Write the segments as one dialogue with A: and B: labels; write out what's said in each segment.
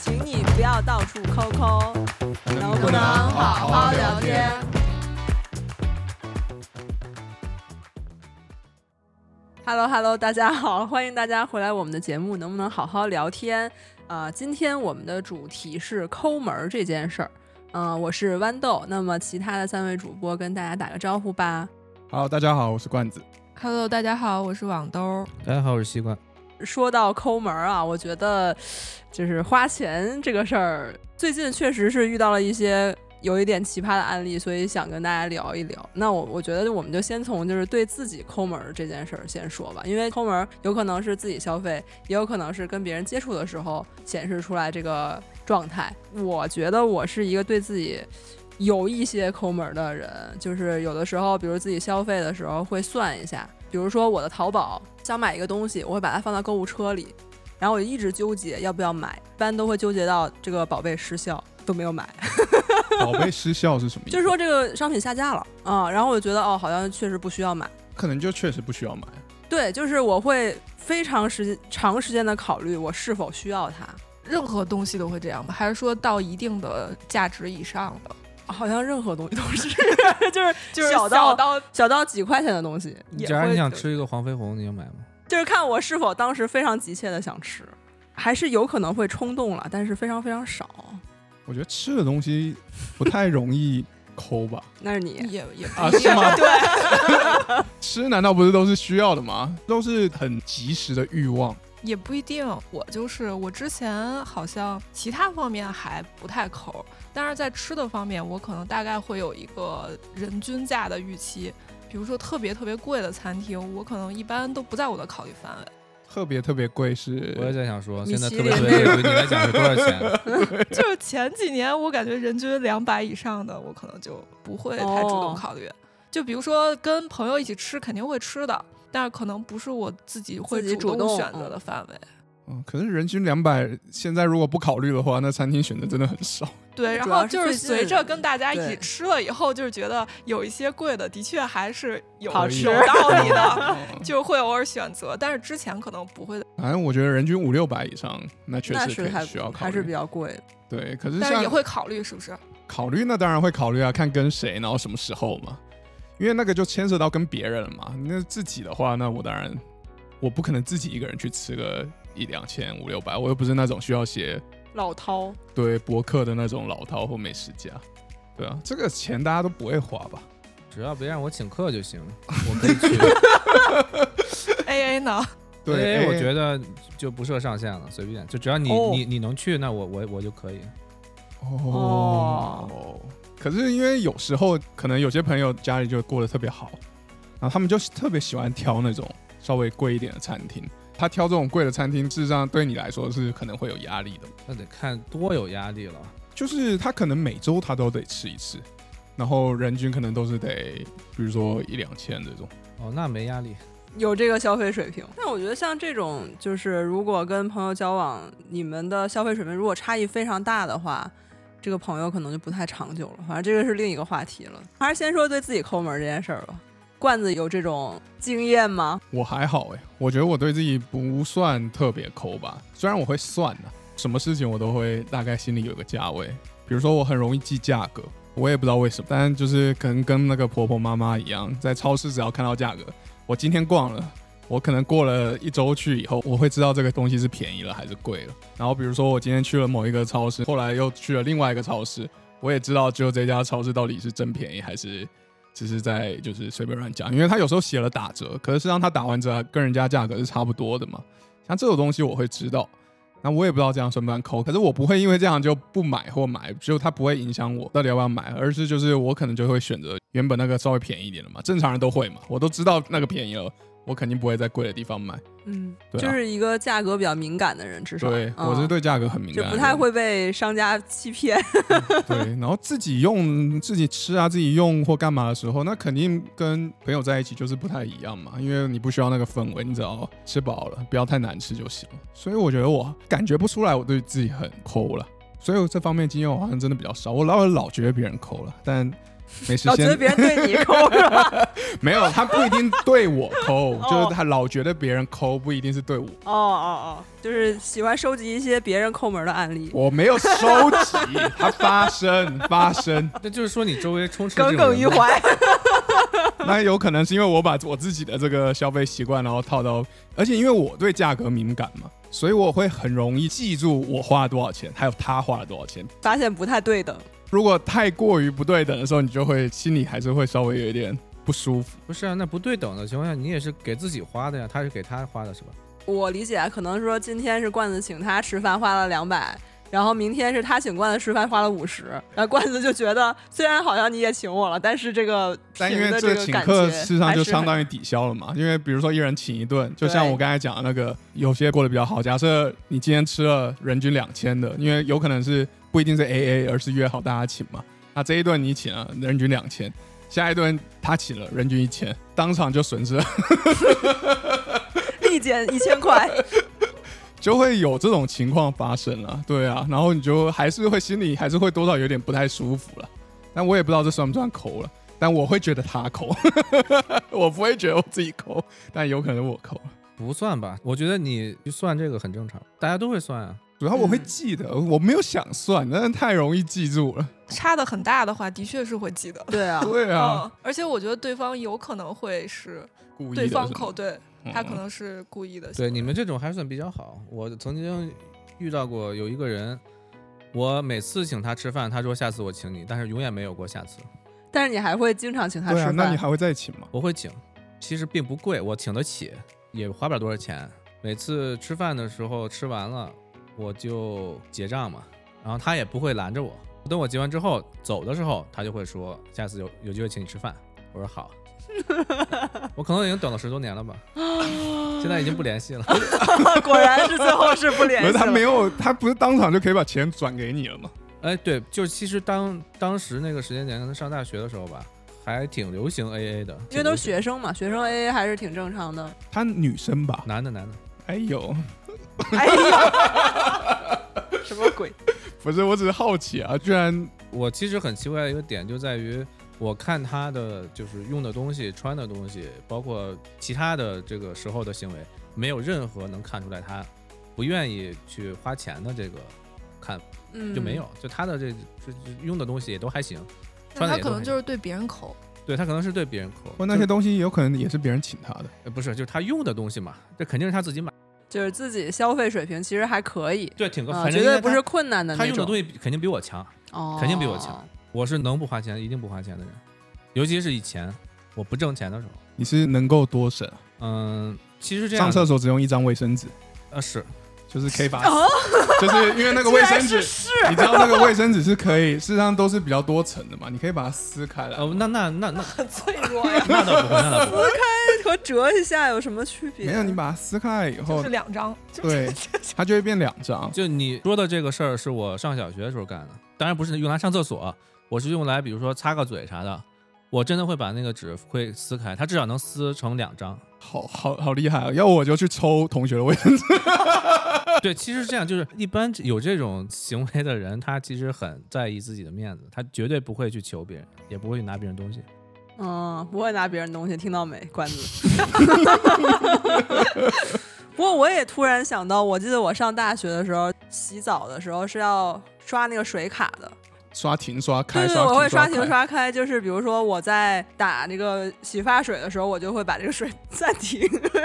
A: 请你不要到处抠抠，能
B: 不能
A: 好
B: 好聊
A: 天？Hello Hello，大家好，欢迎大家回来我们的节目，能不能好好聊天？啊、今天我们的主题是抠门儿这件事儿。嗯、我是豌豆，那么其他的三位主播跟大家打个招呼吧。
B: Hello，大家好，我是 罐子。
C: Hello，大家好，我是网兜。
D: 大家哎好，我是西瓜。
A: 说到抠门儿啊，我觉得就是花钱这个事儿，最近确实是遇到了一些有一点奇葩的案例，所以想跟大家聊一聊。那我我觉得我们就先从就是对自己抠门儿这件事儿先说吧，因为抠门儿有可能是自己消费，也有可能是跟别人接触的时候显示出来这个状态。我觉得我是一个对自己。有一些抠门儿的人，就是有的时候，比如自己消费的时候会算一下，比如说我的淘宝想买一个东西，我会把它放到购物车里，然后我就一直纠结要不要买，一般都会纠结到这个宝贝失效都没有买，
B: 宝贝失效是什么意思？
A: 就是说这个商品下架了啊、然后我就觉得哦，好像确实不需要买。
B: 可能就确实不需要买。
A: 对，就是我会非常时长时间的考虑我是否需要它，
C: 任何东西都会这样吧？还是说到一定的价值以上的，
A: 好像任何东西都 是，就是
C: 就是
A: 小
C: 到
A: 到小到几块钱的东西也
D: 假如
A: 会
D: 你想吃一个黄飞鸿，你就买吗？
A: 就是看我是否当时非常急切的想吃，还是有可能会冲动了，但是非常非常少。
B: 我觉得吃的东西不太容易抠 吧？
A: 那是你，
C: 也也
B: 啊，是吗？对， 吃难道不是都是需要的吗？都是很及时的欲望。
C: 也不一定。我就是我之前好像其他方面还不太抠，但是在吃的方面，我可能大概会有一个人均价的预期。比如说特别特别贵的餐厅，我可能一般都不在我的考虑范围。特
B: 特别特别贵是
D: 我也在想说，
A: 米
D: 现在
A: 其
D: 特别特
A: 林
D: 别贵，对你来讲是多少钱？
C: 就是前几年，我感觉人均两百以上的，我可能就不会太主
A: 哦
C: 动考虑。就比如说跟朋友一起吃，肯定会吃的，但是可能不是我自己会
A: 自己主
C: 动
A: 动
C: 选择的范围。
B: 嗯，可是人均两百，现在如果不考虑的话，那餐厅选择真的很少。
C: 对，然
A: 主
C: 后
A: 要是
C: 就是
A: 最近
C: 随着跟大家一
A: 对
C: 起吃了以后，就是觉得有一些贵的，的确还是有
A: 好吃
C: 有 道理的，
B: 嗯
C: 就会偶尔选择，但是之前可能不会，
B: 反正我觉得人均五六百以上，那确
A: 那
B: 实
A: 是
B: 可
A: 还
B: 以需要考
A: 还是比
B: 虑。
A: 较贵的。
B: 对，可是
C: 但是
B: 像
C: 也会考虑是不是？
B: 考虑那当然会考虑啊，看跟谁，然后什么时候嘛，因为那个就牵涉到跟别人了嘛。那自己的话，那我当然我不可能自己一个人去吃个一两千五六百，我又不是那种需要写
A: 老饕，
B: 对博客的那种老饕或美食家，对啊，这个钱大家都不会花吧？
D: 只要别让我请客就行， 我可以去。
C: A A 呢？
D: 因为我觉
B: 哎得
D: 得就不设上限了，随便，就只要你
A: 哦
D: 你你能去，那我我我就可以。
B: 哦。可是因为有时候可能有些朋友家里就过得特别好，然后他们就特别喜欢挑那种稍微贵一点的餐厅。他挑这种贵的餐厅，事实上对你来说是可能会有压力的。
D: 那得看多有压力了。
B: 就是他可能每周他都得吃一次，然后人均可能都是得，比如说一两千这种。
D: 哦，那没压 力。
A: 有这个消费水平。但我觉得像这种，就是如果跟朋友交往，你们的消费水平如果差异非常大的话，这个朋友可能就不太长久了。反正这个是另一个话题了。还是先说对自己抠门儿这件事儿吧。罐子有这种经验吗？
B: 我还好哎、我觉得我对自己不算特别抠吧，虽然我会算呢、什么事情我都会大概心里有个价位。比如说我很容易记价格，我也不知道为什么，但就是可能跟那个婆婆妈妈一样，在超市只要看到价格，我今天逛了。我可能过了一周去以后，我会知道这个东西是便宜了还是贵了。然后比如说我今天去了某一个超市，后来又去了另外一个超市，我也知道只有这家超市到底是真便宜还是只是在就是随便乱讲，因为他有时候写了打折，可是实际上他打完折跟人家价格是差不多的嘛。像这种东西我会知道，那我也不知道这样算不算抠，可是我不会因为这样就不买或买，就它不会影响我到底要不要买，而是就是我可能就会选择原本那个稍微便宜一点的嘛，正常人都会嘛，我都知道那个便宜了，我肯定不会在贵的地方买。
A: 嗯，
B: 对啊
A: 就是一个价格比较敏感的人，至少
B: 对，
A: 嗯
B: 我是对价格很敏
A: 就
B: 感的人，
A: 不太会被商家欺骗。
B: 对，然后自己用、自己吃啊、自己用或干嘛的时候，那肯定跟朋友在一起就是不太一样嘛，因为你不需要那个氛围，你只要吃饱了，不要太难吃就行了。所以我觉得我感觉不出来我对自己很抠了，所以我这方面经验我好像真的比较少。我老老觉得别人抠了，但没事
A: 老觉得
B: 先
A: 别人对你抠 是吧？
B: 没有，他不一定对我抠，
A: 哦
B: 就是他老觉得别人抠，不一定是对我。
A: 哦哦哦，就是喜欢收集一些别人抠门的案例，
B: 我没有收集，它发生发生，
D: 那就是说你周围充斥着
A: 耿
D: 这种
A: 耿
D: 人
A: 于
D: 吗
A: 怀。
B: 那有可能是因为我把我自己的这个消费习惯，然后套到，而且因为我对价格敏感嘛，所以我会很容易记住我花了多少钱，还有他花了多少钱。
A: 发现不太对等，
B: 如果太过于不对等的时候，你就会心里还是会稍微有一点不舒服。
D: 不是啊，那不对等的情况下，你也是给自己花的呀，他是给他花的是吧？
A: 我理解可能是说今天是罐子请他吃饭花了两百，然后明天是他请罐子吃饭花了五十，然后罐子就觉得虽然好像你也请我了，但是这个
B: 但
A: 平
B: 因为
A: 的这个
B: 请
A: 感
B: 客
A: 觉
B: 事实上就相
A: 于
B: 当于抵消了嘛，因为比如说一人请一顿，就像
A: 对
B: 我刚才讲的那个，有些过得比较好。假设你今天吃了人均两千的，因为有可能是不一定是 A A，而是约好大家请嘛。那这一顿你请了人均两千，下一顿他请了人均一千，当场就损失了，
A: 立减一千块，
B: 就会有这种情况发生了。对啊，然后你就还是会心里还是会多少有点不太舒服了。但我也不知道这算不算抠了，但我会觉得他抠， 我不会觉得我自己抠，但有可能我抠。
D: 不算吧？我觉得你去算这个很正常，大家都会算啊。
B: 主要我会
A: 嗯
B: 记得，我没有想算，但是太容易记住了。
C: 差的很大的话，的确是会记得。
A: 对啊，
B: 对啊，
C: 嗯，而且我觉得对方有可能会是
B: 故意的
C: 对
B: 是吗。
C: 方口，对
B: 嗯
C: 他可能是故意的。
D: 对，你们这种还算比较好。我曾经遇到过有一个人，我每次请他吃饭，他说下次我请你，但是永远没有过下次。
A: 但是你还会经常请他
B: 对
A: 吃
B: 啊，
A: 饭，
B: 那你还会再请吗？
D: 我会请，其实并不贵，我请得起，也花不了多少钱。每次吃饭的时候吃完了，我就结账嘛，然后他也不会拦着我。等我结完之后走的时候，他就会说下次有有机会请你吃饭。我说好。 我可能已经等了十多年了吧，现在已经不联系了。
A: 果然是最后是不联
B: 可
A: 系
B: 是
A: 了。
B: 他没有，他不是当场就可以把钱转给你了吗？
D: 哎，对，就其实当当时那个时间点，可能上大学的时候吧，还挺流行 AA 的，
A: 因为都是
D: 挺流
A: 学生嘛，学生 AA 还是挺正常的。
B: 他女生吧
D: 行？男的男的，
B: 哎呦，
A: 哎呀，什么鬼？
B: 不是，我只是好奇啊，居然
D: 我其实很奇怪的一个点就在于，我看他的就是用的东西、穿的东西，包括其他的这个时候的行为，没有任何能看出来他不愿意去花钱的这个看
A: 嗯，
D: 就没有，就他的这这这用的东西也都还行，
C: 那
D: 穿
C: 他
D: 的也
C: 可
D: 都
C: 能
D: 还
C: 就
D: 行。
C: 是对别人口，
D: 对他可能是对别人抠，
B: 我那些东西有可能也是别人请他的。
D: 呃不是就是他用的东西嘛，这肯定是他自己买，
A: 就是自己消费水平其实还可以，
D: 对，挺个
A: 啊，
D: 反正
A: 绝
D: 应
A: 对
D: 该
A: 不
D: 他
A: 是困难的
D: 他
A: 那
D: 用的
A: 种
D: 东，西比肯定比我强，
A: 哦
D: 肯定比我强。我是能不花钱一定不花钱的人，尤其是以前我不挣钱的时候，
B: 你是能够多省，
D: 嗯，其实这样
B: 上厕所只用一张卫生纸，
D: 呃是
B: 就是可以 把，
A: 哦，
B: 就是因啊为那个卫生
C: 哦
A: 居然
B: 纸
A: 是，是
B: 你知道那个卫生纸是可以，事实上都是比较多层的嘛，你可以把它撕开来。
C: 哦
D: 呃那那那那。
C: 很 脆弱呀
D: 那倒不会，那倒不会，
A: 和折一下有什么区别？
B: 没有，你把它撕开来以
C: 就
B: 后
C: 是，两张，就是
B: 对，它就会变两张。
D: 就你说的这个事儿是我上小学的时候干的，当然不是用来上厕所，我是用来比如说擦个嘴啥的。我真的会把那个纸会撕开，它至少能撕成两张。
B: 好好好厉害啊！要我就去抽同学的卫生纸。
D: 对，其实是这样，就是一般有这种行为的人，他其实很在意自己的面子，他绝对不会去求别人，也不会去拿别人东西。
A: 嗯，不会拿别人东西，听到没，关子。 不过我也突然想到，我记得我上大学的时候，洗澡的时候是要刷那个水卡的，
B: 刷停刷开，
A: 对对，我会
B: 刷
A: 刷
B: 停
A: 停
B: 开。
A: 刷开，就是比如说我在打那个洗发水的时候，我就会把这个水 暂停，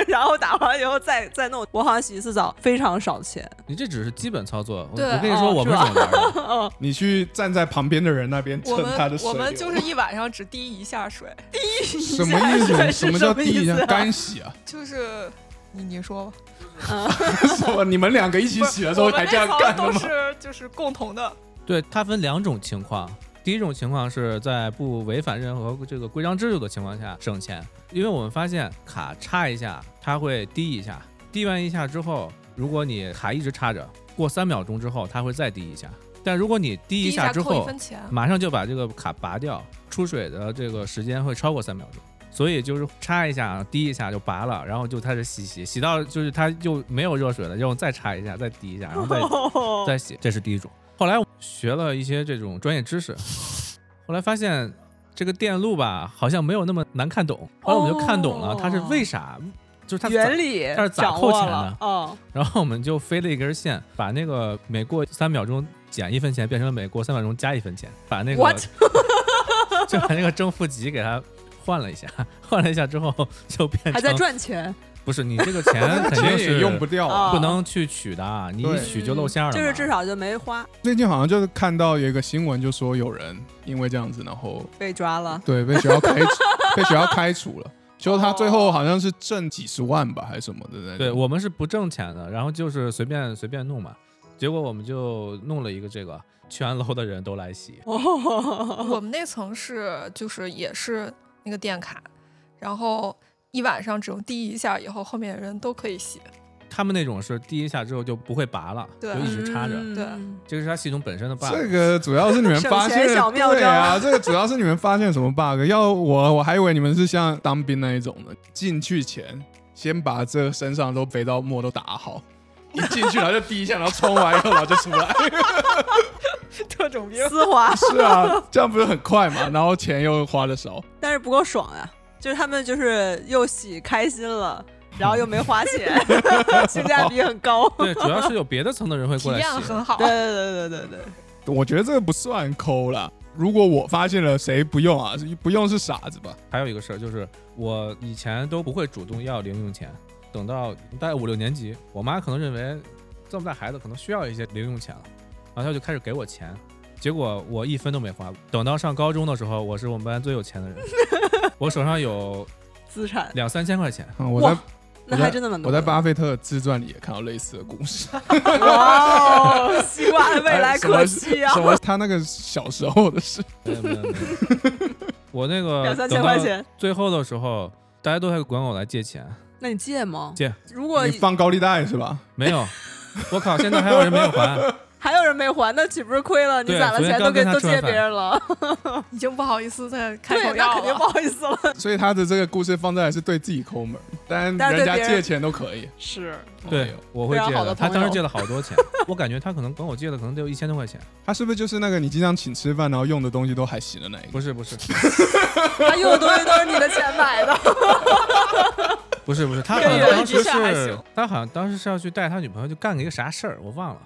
A: 然后打完以后再再弄。我好像洗一次澡非常少钱，
D: 你这只是基本操作，我
C: 对
D: 我跟你说，
A: 哦
D: 我们
A: 是
D: 是怎么玩的？
B: 你去站在旁边的人那边
C: 我
B: 蹭他的
C: 们
B: 水流
C: 我们就是一晚上只滴一下水，
B: 什么意思？
A: 是
B: 什么叫
A: 什么意思
B: 地下
A: 啊
B: 干洗啊？
C: 就是你你说吧，
B: 什么？你们两个一起
C: 不
B: 洗
C: 是
B: 的时候
C: 我们
B: 还这样
C: 那层
B: 干的
C: 都
B: 吗？
C: 是就是共同的，
D: 对，它分两种情况。第一种情况是在不违反任何这个规章制度的情况下省钱，因为我们发现卡插一下，它会滴一下，滴完一下之后，如果你卡一直插着，过三秒钟之后，它会再滴一下。但如果你滴
C: 滴
D: 一下之
C: 扣一
D: 后，
C: 分 钱。
D: 马上就把这个卡拔掉，出水的这个时间会超过三秒钟。所以就是插一下，滴一下就拔了，然后就开始洗洗，洗到就是它就没有热水了，然后再插一下，再滴一下，然后 再
A: 哦，
D: 再写，这是第一种。后来我学了一些这种专业知识，后来发现这个电路吧，好像没有那么难看懂。后来我们就看懂了，
A: 哦
D: 它是为啥，就是它咋
A: 原理
D: 它是咋
A: 掌握
D: 扣钱
A: 了
D: 的？
A: 哦，
D: 然后我们就飞了一根线，把那个每过三秒钟减一分钱变成了每过三秒钟加一分钱，把那个
A: What？
D: 就把那个正负极给它换了一下，换了一下之后就变成
A: 还在赚钱，
D: 不是你这个钱肯定
B: 钱
D: 是
B: 也用不掉啊。
A: 啊
D: 哦不能去取的，啊你一
B: 对
D: 取就露馅儿了
A: 嗯
D: 嘛。
A: 就是至少就没花
B: 最近好像就是看到有一个新闻，就说有人因为这样子，然后
A: 被抓了。
B: 对被学校开除，被学校开除 了。就他最后好像是挣几十万吧，还是什么的那种。
D: 对我们是不挣钱的，然后就是随便随便弄嘛。结果我们就弄了一个这个，全楼的人都来洗。
A: 哦，
C: 我们那层是就是也是那个电卡，然后一晚上只用滴一下，以后后面的人都可以洗。
D: 他们那种是第一下之后就不会拔了，就
C: 对
D: 一直插着。
C: 对
A: 嗯
D: 这个是它系统本身的 bug。
B: 这个主要是你们发现
A: 省钱小妙招
B: 对啊，这个主要是你们发现什么 bug？要我我还以为你们是像当兵那一种的，进去前先把这身上都肥皂沫都打好，一进去然后就滴一下，然后冲完以后然后就出来。
C: 特种兵
A: 丝滑，
B: 是啊，这样不是很快嘛？然后钱又花的少，
A: 但是不够爽啊！就是他们就是又喜开心了，然后又没花钱， 性价比很高。
D: 对，主要是有别的层的人会
C: 体
D: 过来
C: 验
D: 洗。
C: 很好
A: 对。对对对对对，
B: 我觉得这个不算抠啦。如果我发现了，谁不用啊？不用是傻子吧？
D: 还有一个事儿就是，我以前都不会主动要零用钱，等到大概五六年级，我妈可能认为这么大孩子可能需要一些零用钱了，然后她就开始给我钱，结果我一分都没花。等到上高中的时候，我是我们班最有钱的人，我手上有
A: 资产
D: 两三千块钱。
B: 啊、我在
A: 哇那还真的蛮多
B: 我
A: 的。
B: 在巴菲特自传里也看到类似的故 事。
A: 哇哦，西 瓜的未来可期啊
B: 哎什！么？他那个小时候的 事，
D: 没有没有没有 我那个
A: 两三千块，钱，
D: 最后的时候大家都还管我来借钱，
A: 那你借吗？
D: 借。
A: 如果
B: 你放高利贷是吧？
D: 没有，我靠，现在还有人没有还。
A: 还有人没还，那岂不是亏了？你
D: 对
A: 攒了
D: 昨天
A: 钱
D: 刚
A: 都给
D: 跟他
A: 都
D: 吃完
A: 借别人了，
C: 已经不好意思再开
A: 对，
C: 口
A: 那
C: 要
A: 肯定不
C: 了。
A: 好意思了。
B: 所以他的这个故事放在是对自己抠门，但
A: 但是对
B: 人家
A: 别人
B: 借钱都可以。
A: 是，
B: 哎
D: 对
B: 呦，
D: 我会
A: 非常
D: 借
A: 好
D: 的。
A: 的
D: 他
A: 朋
D: 当时
A: 友
D: 借了好多钱，我感觉他可能管我借的可能得有一千多 块钱。
B: 他是不是就是那个你经常请吃饭，然后用的东西都还行的那 一个？
D: 不是不是
A: 他用的东西都是你的钱买的。
B: 哦
D: 不是不是，他好
C: 这
D: 像
C: 个
D: 当时
C: 一下还
D: 是
C: 行
D: 他好像当时是要去带他女朋友去干个一个啥事儿，我忘了。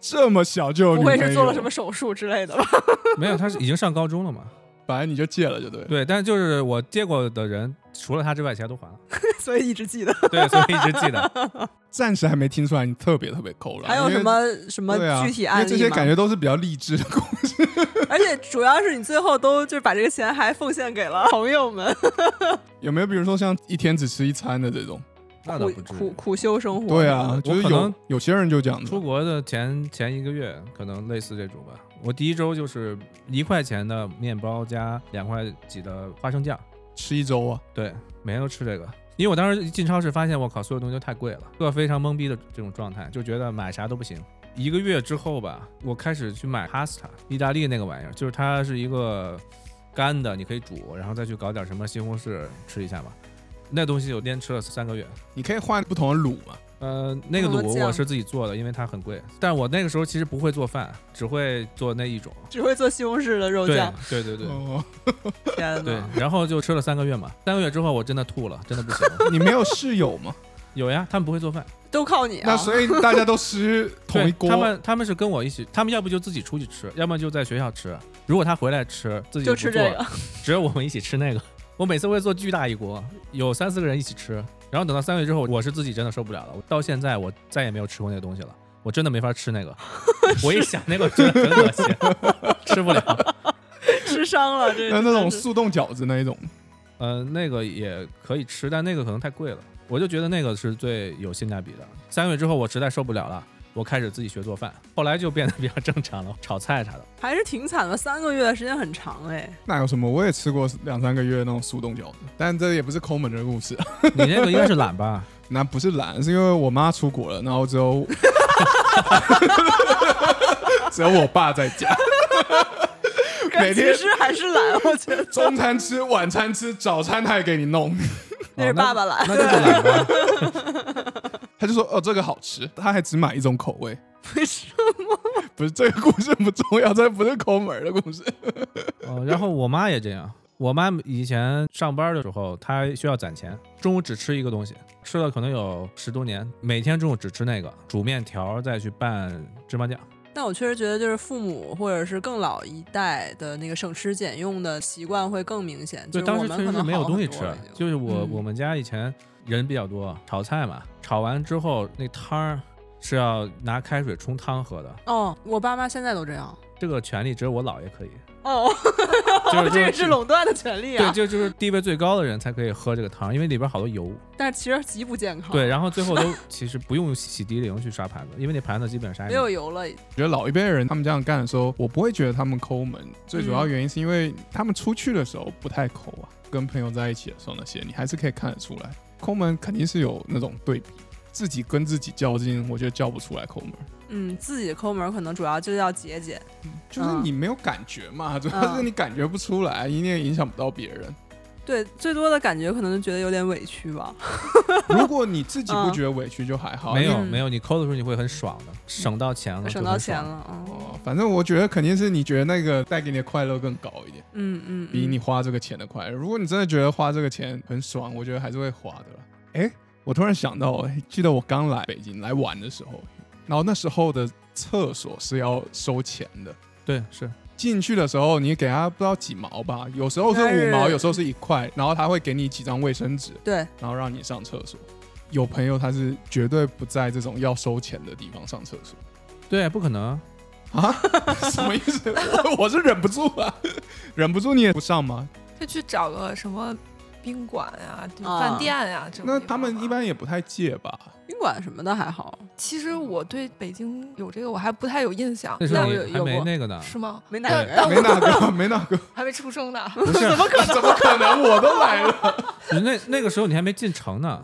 B: 这么小就有
A: 不
B: 女朋
A: 会
B: 友
A: 是做了什么？手术之类的吧？
D: 没有，他是已经上高中了嘛？
B: 反正你就借了就对了。
D: 对，但就是我借过的人，除了他之外，其他都还了。
A: 所以一直记得。
D: 对，所以一直 记得。
B: 暂时还没听出来你特别特别抠了。
A: 还有
B: 因为
A: 什么什么
B: 对啊
A: 具体
B: 因
A: 案
B: 为
A: 例
B: 这些
A: 吗
B: 感觉都是比较励志的故事。
A: 而且主要是你最后都就是把这个钱还奉献给了朋友们，
B: 有没有比如说像一天只吃一餐的这种？
D: 那倒
A: 苦
D: 不至
A: 苦
D: 于。
A: 苦修生活。
B: 对啊，就是
D: 可
B: 有
D: 能
B: 有些人就这样子
D: 出。国的前前一个月，可能类似这种吧。我第一周就是一块钱的面包加两块几的花生酱，
B: 吃一周啊，
D: 对，每天都吃这个。因为我当时一进超市发现，我靠，所有东西都太贵了，一个非常懵逼的这种状态，就觉得买啥都不行。一个月之后吧，我开始去买 pasta，意大利那个玩意儿，就是它是一个干的，你可以煮，然后再去搞点什么西红柿吃一下嘛。那东西我连吃了三个月。
B: 你可以换不同的卤嘛。
D: 呃，那个
A: 怎么
D: 卤
A: 讲
D: 我是自己做的，因为它很贵。但我那个时候其实不会做饭，只会做那一种。
A: 只会做西红柿的肉
D: 对
A: 酱，
D: 对对对
B: 哦，
A: 天
D: 对
A: 哪！，
D: 然后就吃了三个月嘛。三个月之后我真的吐了，真的不行。
B: 你没有室友 吗？
D: 有呀，他们不会做饭。
A: 都靠你
B: 那
A: 啊！
B: 所以大家都吃同
D: 对
B: 一锅
D: 他。们他们是跟我一起，他们要不就自己出去吃，要么就在学校吃。如果他回来吃，自己
A: 就
D: 不
A: 吃这
D: 做
A: 个，
D: 只有我们一起吃那个。我每次会做巨大一锅，有三四个人一起吃。然后等到三个月之后，我是自己真的受不了了。我到现在我再也没有吃过那个东西了，我真的没法吃 那个。我一想那个，我觉得很恶心，吃不了。
A: 吃伤了，这
B: 那那种
A: 真是
B: 速冻饺子那一种，
D: 呃，那个也可以吃，但那个可能太贵了。我就觉得那个是最有性价比的。三个月之后，我实在受不了了，我开始自己学做饭，后来就变得比较正常了，炒菜啥的。
A: 还是挺惨的，三个月的时间很长 哎。
B: 那有什么？我也吃过两三个月那种速冻饺子，但这也不是抠门的故事，
D: 你那个应该是懒吧？
B: 那不是懒，是因为我妈出国了，然后 只有只有我爸在 家，每
A: 其
B: 天
A: 实还是懒， 我觉得
B: 中餐吃，晚餐吃，早餐他也给你弄。
A: 那是爸爸懒。
D: 哦那就是懒 吧。
B: 他就说：“哦，这个好吃。”他还只买一种口味。
A: 为什
B: 不是这个故事不重要，这不是抠门儿的故事。
D: 哦，然后我妈也这样，我妈以前上班的时候，她需要攒钱，中午只吃一个东西，吃了可能有十多年，每天中午只吃那个，煮面条再去拌芝麻酱。
A: 但我确实觉得，就是父母或者是更老一代的那个省吃俭用的习惯会更明显。就
D: 对，
A: 是
D: 当
A: 我
D: 时
A: 们
D: 确
A: 可
D: 实是
A: 能
D: 没有
A: 好
D: 东西
A: 很
D: 吃啊
A: 多了已，经
D: 就是我
C: 嗯
D: 我们家以前人比较多，炒菜嘛，炒完之后那汤儿是要拿开水冲汤喝的，
A: 哦，我爸妈现在都这 样。
D: 这个权利只有我姥爷 可以，
A: 哦，
D: 就是
A: 这个
D: 就是
A: 是垄断的权利啊。
D: 对，就就是地位最高的人才可以喝这个汤，因为里边好多油。
A: 但是其实极不健康。
D: 对，，然后最后都其实不用洗涤灵去刷盘子，因为那盘子基本上啥
A: 没
D: 也
A: 有油了已经。
B: 觉得老一辈人他们这样干的时候，我不会觉得他们抠门，最主要原因是因为他们出去的时候不太抠啊，跟朋友在一起的时候那些，你还是可以看得出来，抠门肯定是有那种对比，自己跟自己较劲，我觉得较不出来抠门，
A: 嗯，自己抠门儿可能主要就叫节俭。
B: 就是
A: 嗯
B: 你没有感觉嘛，主要是你感觉不出来，你也影响不到别人。
A: 对，最多的感觉可能就觉得有点委屈吧。
B: 如果你自己不觉得委屈就还好，
D: 没有
A: 嗯
D: 没有，你抠的时候你会很爽的，省到钱 了，
A: 省
D: 就
A: 到
D: 很
A: 钱
D: 爽。
A: 了，嗯
B: 哦，反正我觉得肯定是你觉得那个带给你的快乐更高一点，
A: 嗯嗯，
B: 比
A: 嗯
B: 你花这个钱的快乐。如果你真的觉得花这个钱很爽，我觉得还是会花的啦。哎，我突然想到，哎记得我刚来北京来玩的时候，然后那时候的厕所是要收钱的。
D: 对，是
B: 进去的时候，你给他不知道几毛吧，有时候是
A: 但是
B: 五毛，有时候是一块，然后他会给你几张卫生纸，
A: 对，
B: 然后让你上厕所。有朋友他是绝对不在这种要收钱的地方上厕所。
D: 对，不可能。
B: 啊？ 什么意思？我我是忍不住啊， 忍不住你也不上吗？
C: 就去找个什么宾馆呀、就
A: 啊
C: 饭店呀、这种
B: 那
C: 地
B: 他们
C: 方
B: 一
C: 吧
B: 般也不太借吧？
A: 宾馆什么的还好，
C: 其实我对北京有这个我还不太有印象，
D: 那时
A: 那
D: 候
A: 我
D: 你
A: 有
D: 还
A: 有
D: 没
A: 过
D: 那个 呢，
C: 是吗？
A: 没
D: 对
A: 奶人。啊
B: 没哪个， 没哪 个，
C: 还没出生呢，
D: 不是
B: 怎么可能？我都来了，
D: 你那那个时候你还没进城呢。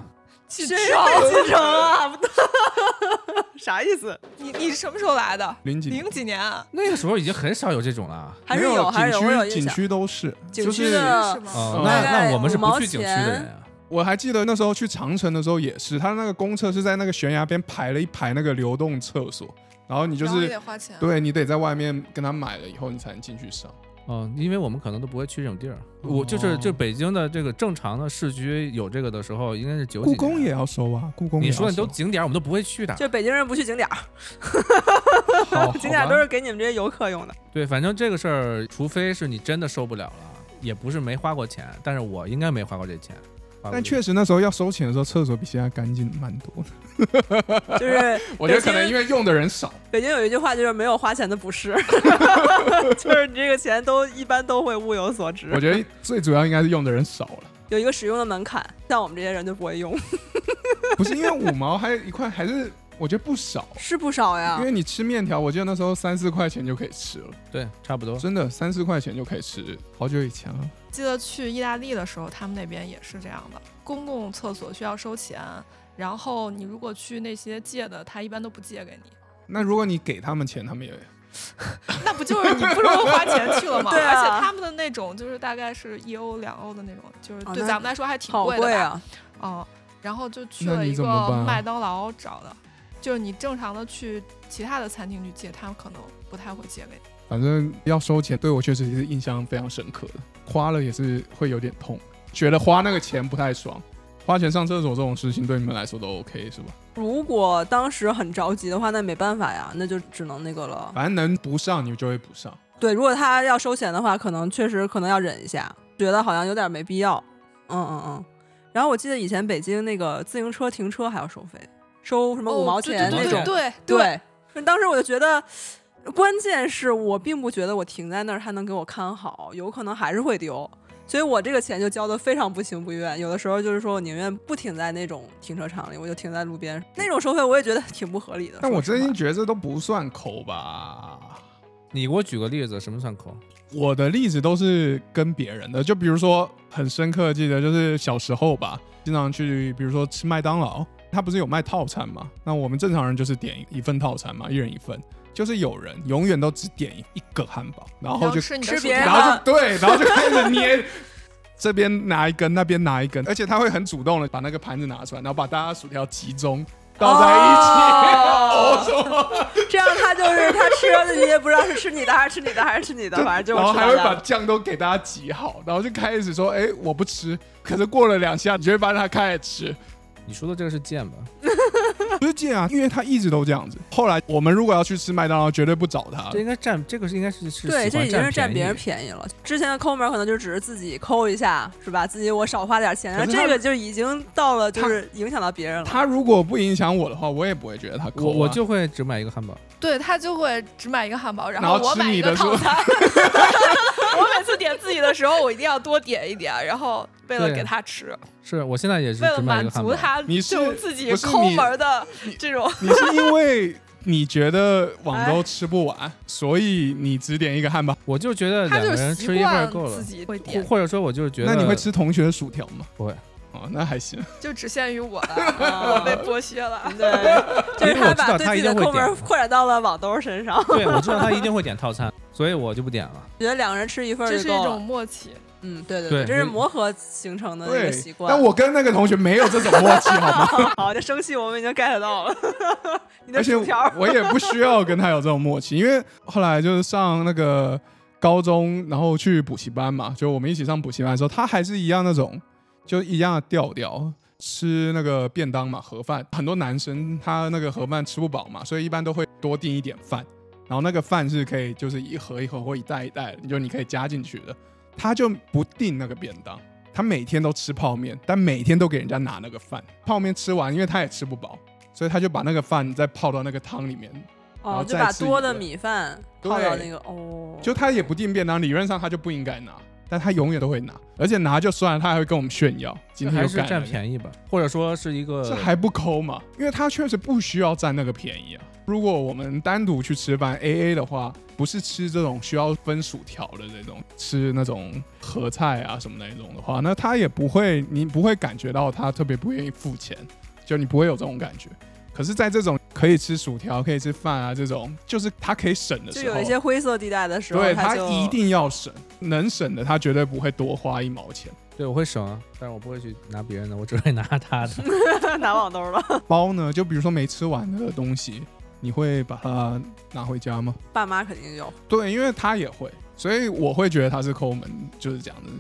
C: 去
A: 谁
C: 找
A: 被进城啊？不啥意思？
C: 你你什么时候来的？
B: 零几
C: 零几年啊？
D: 那个时候已经很少有这种了。
A: 还是
B: 没有
A: 还是有，我有
B: 景区
A: 印
B: 景
A: 象。
B: 区都是，
A: 景
B: 就
A: 区
B: 是
A: 的
C: 是吗？
D: 哦，
B: 大
D: 那
A: 概
D: 那我们是
A: 五毛
D: 不去景区的
A: 钱
D: 人啊。
B: 我还记得那时候去长城的时候也是，他那个公厕是在那个悬崖边排了一排那个流动厕所，然后你就
C: 然后也
B: 是
C: 得花钱。
B: 对你得在外面跟他买了以后，你才能进去上。
D: 哦，因为我们可能都不会去这种地儿。我就是
B: 哦
D: 就北京的这个正常的市区有这个的时候，应该是九几
B: 故
D: 年。
B: 宫也要收啊，故宫也
D: 你
B: 要收
D: 说 的都景点儿，我们都不会去的。
A: 就北京人不去景点儿，
B: 好好
A: 景点儿
B: 吧
A: 都是给你们这些游客用 的。
D: 对，反正这个事儿，除非是你真的受不了了，也不是没花过钱，但是我应该没花过这钱。花过
B: 但
D: 这
B: 确实那时候要收钱的时候，厕所比现在干净蛮多的。
A: 就是
B: 我觉得可能因为用的人少，
A: 北京有一句话，就是没有花钱的不 是， 就是你这个钱都一般都会物有所值
B: 我。觉得最主要应该是用的人少 了，
A: 有一个使用的门槛，像我们这些人就不会用，
B: 不是因为五毛还有一块，还是我觉得不少，
A: 是不少呀
B: 因。为你吃面条，我记得那时候三四块钱就可以吃了，
D: 对，差不多。
B: 真的三四块钱就可以吃，好久以前了。
C: 记得去意大利的时候，他们那边也是这样的，公共厕所需要收钱，然后你如果去那些借的，他一般都不借给你，
B: 那如果你给他们钱，他们也
C: 那不就是你不是都花钱去了吗？
A: 对啊
C: 而且他们的那种就是大概是一欧两欧的那种，就是
A: 哦
C: 对
A: 那
C: 咱们来说还挺
A: 好
C: 的吧
A: 贵？啊！
C: 嗯，然后就去
B: 那
C: 了
B: 你
C: 一
B: 怎
C: 个
B: 么办啊
C: 麦当劳找的，就是你正常的去其他的餐厅去借，他们可能不太会借给你。
B: 反正要收钱，对我确实是印象非常深刻的，花了也是会有点痛，觉得花那个钱不太爽。花钱上厕所这种事情对你们来说都 OK 是吧？
A: 如果当时很着急的话，那没办法呀，那就只能那个了。
B: 反正能不上你就会不上。
A: 对，如果他要收钱的话，可能确实可能要忍一下，觉得好像有点没必要。嗯嗯嗯。然后我记得以前北京那个自行车停车还要收费，收什么五毛钱
C: 哦对
A: 那
C: 对
A: 种。
C: 对对
A: 对，那当时我就觉得，关键是我并不觉得我停在那儿他能给我看好，有可能还是会丢，所以我这个钱就交的非常不情不愿。有的时候就是说我宁愿不停在那种停车场里，我就停在路边，那种收费我也觉得挺不合理的。
B: 但我
A: 说
B: 真
A: 实话
B: 心觉得这都不算抠吧。
D: 你给我举个例子，什么算抠？
B: 我的例子都是跟别人的，就比如说很深刻记得，就是小时候吧，经常去，比如说吃麦当劳，它不是有卖套餐嘛？那我们正常人就是点一份套餐嘛，一人一份。就是有人永远都只点一个汉堡，然后就
C: 吃你的
A: 吃
C: 薯
A: 别人
C: 条
B: 然后就对，然后就开始捏， 这边拿一根，那边拿一根，而且他会很主动的把那个盘子拿出来，然后把大家薯条集中，倒在一起。
A: 哦，这样他就是他吃了你也不知道是吃你的还是吃你的还是吃你的，反正就
B: 然后
A: 是吃
B: 还
A: 完
B: 会把
A: 了。
B: 酱都给大家挤好，然后就开始说：“哎、我不吃。”可是过了两下，你就会发现他开始吃，
D: 你说的这个是贱吧？
B: 不是贱啊，因为他一直都这样子。后来我们如果要去吃麦当劳，绝对不找
C: 啊
B: 他
D: 这。应该占这个是应该是是
A: 对，
D: 喜
A: 这
D: 欢
A: 已经是占
D: 占
A: 别人
D: 宜
A: 便宜了。之前的抠门可能就只是自己抠一下，是吧？自己我少花点钱，
B: 可
A: 然
B: 是
A: 后
B: 他
A: 这个就已经到了，就
B: 他
A: 是影响到别人了。
B: 他如果不影响我的话，我也不会觉得他抠啊、
D: 我我就会只买一个汉堡。
C: 对他就会只买一个汉堡，然
B: 然后
C: 后我
B: 吃
C: 买
B: 你
C: 一个
B: 的是吧
C: 套餐。 我每次点自己的时候，我一定要多点一点，然后为了
D: 对
C: 给他吃，
D: 是我现在也是
C: 为了
D: 只买一
C: 满
D: 个汉
C: 足
D: 堡。
C: 他，
B: 你是
C: 就自己
B: 不是
C: 抠
B: 你
C: 门的这种。
B: 你是因为你觉得广
A: 哎
B: 州吃不完，所以你只点一个汉堡。
D: 我就觉得
C: 他
D: 两
C: 就
D: 个人
C: 是习
D: 吃一份儿
C: 惯
D: 够了
C: 自，己会
D: 或
C: 点，
D: 或者说我就是觉得
B: 那你会吃同学薯条吗？
D: 不会？
B: 哦，那还行。
C: 就只限于我了，
A: 啊
C: 我被剥削了。
A: 对，就是
D: 因为我
A: 他
D: 知道
A: 把对
D: 他
A: 自
D: 一
A: 己
D: 定
A: 的
D: 会
A: 抠
D: 点
A: 门扩展到了网兜身上。
D: 对，我知道他一定会点套餐，所以我就不点 了。
A: 觉得两个人吃一份儿
C: 这
A: 就是
C: 一
A: 够
C: 种
A: 了。
C: 默契，
A: 嗯，对对
D: 对
A: 对，这是
D: 就
A: 磨合形成的一个
B: 对
A: 习，惯。
B: 但我跟那个同学没有这种默契，好吗？
A: 好，这生气我们已经 get 到了。你的
B: 而且
A: 薯条儿，
B: 我也不需要跟他有这种默契，因为后来就是上那个高中，然后去补习班嘛，就我们一起上补习班的时候，他还是一样那种，就一样的调调。吃那个便当嘛，盒饭，很多男生他那个盒饭吃不饱嘛，所以一般都会多订一点饭，然后那个饭是可以就是一盒一盒或一袋一袋的，你就你可以加进去的。他就不订那个便当，他每天都吃泡面，但每天都给人家拿那个饭，泡面吃完，因为他也吃不饱，所以他就把那个饭再泡到那个汤里面，然后
A: 哦，就
B: 再
A: 把
B: 吃一
A: 多的
B: 个
A: 米饭泡到
B: 对
A: 那个哦，
B: 就他也不订便当，理论上他就不应该拿，但他永远都会拿，而且拿就算了，他还会跟我们炫耀，今
D: 这
B: 天
D: 还
B: 又
D: 是
B: 干
D: 占
B: 了
D: 便宜吧，或者说是一个
B: 这还不抠嘛？因为他确实不需要占那个便宜啊。如果我们单独去吃饭 A A 的话，不是吃这种需要分薯条的这种，吃那种合菜啊什么那种的话，那他也不会，你不会感觉到他特别不愿意付钱，就你不会有这种感觉。可是，在这种可以吃薯条、可以吃饭啊这种，就是他可以省的
A: 就
B: 时
A: 有
B: 候
A: 一，些灰色地带的时候，
B: 对
A: 他
B: 他
A: 就
B: 一定要省，能省的他绝对不会多花一毛钱。
D: 对我会省啊，但是我不会去拿别人的，我只会拿他的。
A: 拿网兜 了。
B: 包呢，就比如说没吃完的东西，你会把它拿回家吗？
A: 爸妈肯定有，
B: 对，因为他也会，所以我会觉得他是抠门，就是这样的。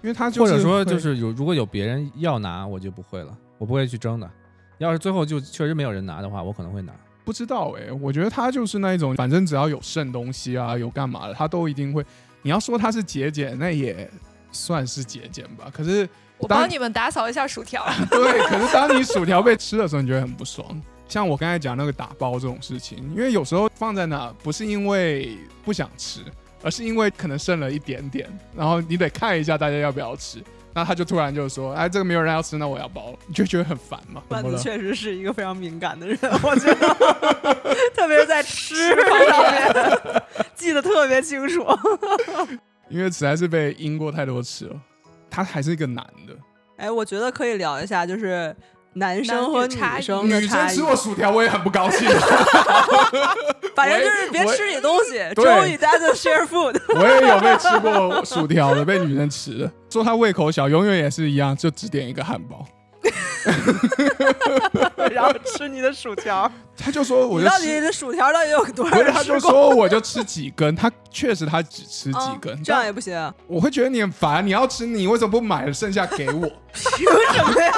B: 因为他就
D: 或
B: 是
D: 者说
B: 会
D: 就是有如果有别人要拿，我就不会了，我不会去争的。要是最后就确实没有人拿的话，我可 能会拿。
B: 不知道哎、我觉得他就是那一种，反正只要有剩东西啊，有干嘛的，他都一定会。你要说他是节俭，那也算是节俭吧。可是
C: 我
B: 当
C: 帮你们打扫一下薯条。
B: 对，可是当你薯条被吃的时候，你就会很不爽。像我刚才讲那个打包这种事情，因为有时候放在那不是因为不想吃，而是因为可能剩了一点点，然后你得看一下大家要不要吃。那他就突然就说：“哎，这个没有人要吃，那我要包了。”你就觉得很烦 嘛？怎
A: 段
B: 么
A: 子
B: 了？
A: 确实是一个非常敏感的人，我觉得， 特别是在吃方面记得特别清楚。
B: 因为实在是被阴过太多次了。他还是一个男的，
A: 哎，我觉得可以聊一下，就是男生和
C: 男女差异
A: 生的
B: 女生
A: 差异
B: 吃。我薯条，我也很不高 兴，
A: 反正就是别
B: 我也
A: 吃你东西，
B: 对
A: 终于大家就 share food。
B: 我也有被吃过薯条的，被女生吃的。说他胃口小，永远也是一样，就只点一个汉堡。
A: 然后吃你的薯条。
B: 他就说：“我
A: 你
B: 就
A: 到
B: 吃
A: 底这薯条到底有多
B: 不
A: 少
B: 是，
A: 人
B: 他
A: 吃
B: 就
A: 过？
B: 说我就吃几根，他确实他只吃几
C: 哦
B: 根，
A: 嗯这样也 不行，
B: 但我会觉得你很烦，你要吃你为什么不买了剩下给 我？
A: 凭什么呀？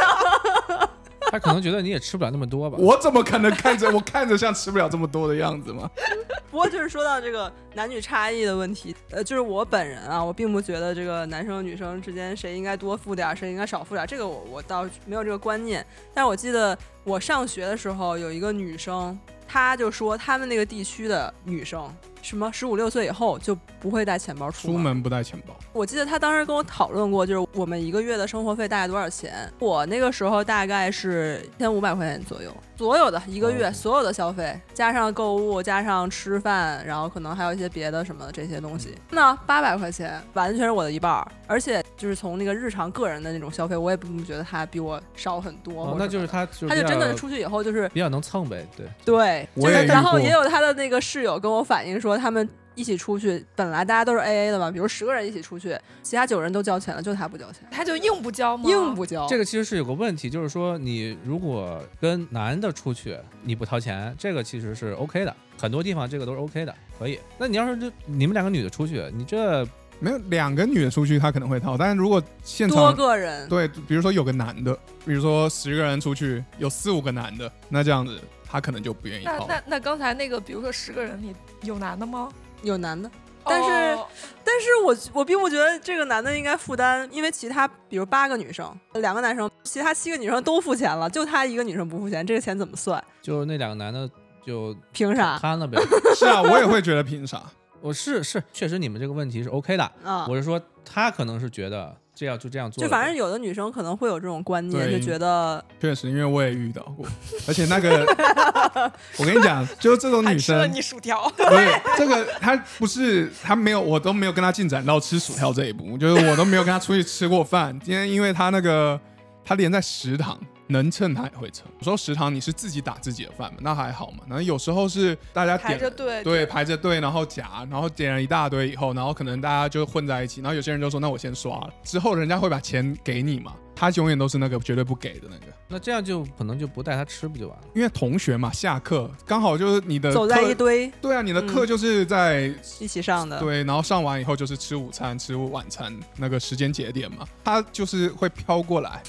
D: 他可能觉得你也吃不了那么多吧。
B: 我怎么可能看着 我看着像吃不了这么多的样子吗？
A: 不过就是说到这个男女差异的问题，呃，就是我本人啊，我并不觉得这个男生和女生之间谁应该多付点儿，谁应该少付点儿，这个我我倒没有这个观念。但是我记得我上学的时候有一个女生，她就说他们那个地区的女生，什么十五六岁以后就不会带钱包出
B: 出门不带钱包，
A: 我记得他当时跟我讨论过，就是我们一个月的生活费大概多少钱。我那个时候大概是一千五百块钱左右，所有的一个月
D: 哦
A: 所有的消费，加上购物，加上吃饭，然后可能还有一些别的什么这些东
D: 嗯
A: 西，那八百块钱完全是我的一半儿。而且就是从那个日常个人的那种消费，我也并不觉得他比我少很多
D: 哦
A: 或者什么的、
D: 那就是他就
A: 他就真的
D: 比较
A: 出去以后就是
D: 比较能蹭呗，对。
A: 对，
B: 我
A: 就是
B: 也遇
A: 然后
B: 过
A: 也有他的那个室友跟我反映说，他们一起出去，本来大家都是 A A 的嘛，比如十个人一起出去，其他九人都交钱了，就他不交钱，
C: 他就硬不交吗？
A: 硬不交。
D: 这个其实是有个问题，就是说你如果跟男的出去你不掏钱，这个其实是 OK 的，很多地方这个都是 OK 的，可以。那你要是就你们两个女的出去，你这
B: 没有两个女的出去，她可能会掏，但是如果现
A: 多
B: 场
A: 个人，
B: 对，比如说有个男的，比如说十个人出去有四五个男的，那这样子他可能就不愿意
C: 那
B: 掏。
C: 那那刚才那个，比如说十个人里有男的吗？
A: 有男的。但是
C: 哦
A: 但是我我并不觉得这个男的应该负担，因为其他比如八个女生，两个男生，其他七个女生都付钱了，就他一个女生不付钱，这个钱怎么算？
D: 就那两个男的就
A: 凭啥？
D: 摊了 呗。
B: 是啊，我也会觉得凭啥？
D: 我是是，确实你们这个问题是 OK 的。
A: 啊
D: 我，是说，他可能是觉得这样就这样做
A: 就
D: 了，
A: 反正有的女生可能会有这种观念，
B: 对
A: 就觉得
B: 确实，因为我也遇到 过，而且那个 我跟你讲，就是这种
C: 还
B: 女
C: 吃了
B: 生，
C: 你薯条，
B: 不是这个，她不是她没有，我都没有跟她进展到吃薯条这一步，就是我都没有跟她出去吃过饭。今天因为她那个，她连在食堂能蹭她也会蹭。有时候食堂你是自己打自己的饭嘛，那还好嘛。然后有时候是大家
C: 排
B: 点
C: 着队
B: 对，排着队，然后夹，然后点了一大堆以后，然后可能大家就混在一起，然后有些人就说那我先刷了，之后人家会把钱给你嘛，她永远都是那个绝对不给的那个。
D: 那这样就可能就不带他吃不就完了？
B: 因为同学嘛，下课刚好就是你的
A: 走在
B: 课
A: 一堆
B: 对啊，你的
A: 嗯
B: 课就是在、
A: 一起上的，
B: 对，然后上完以后就是吃午餐、吃晚餐那个时间节点嘛，他就是会飘过来，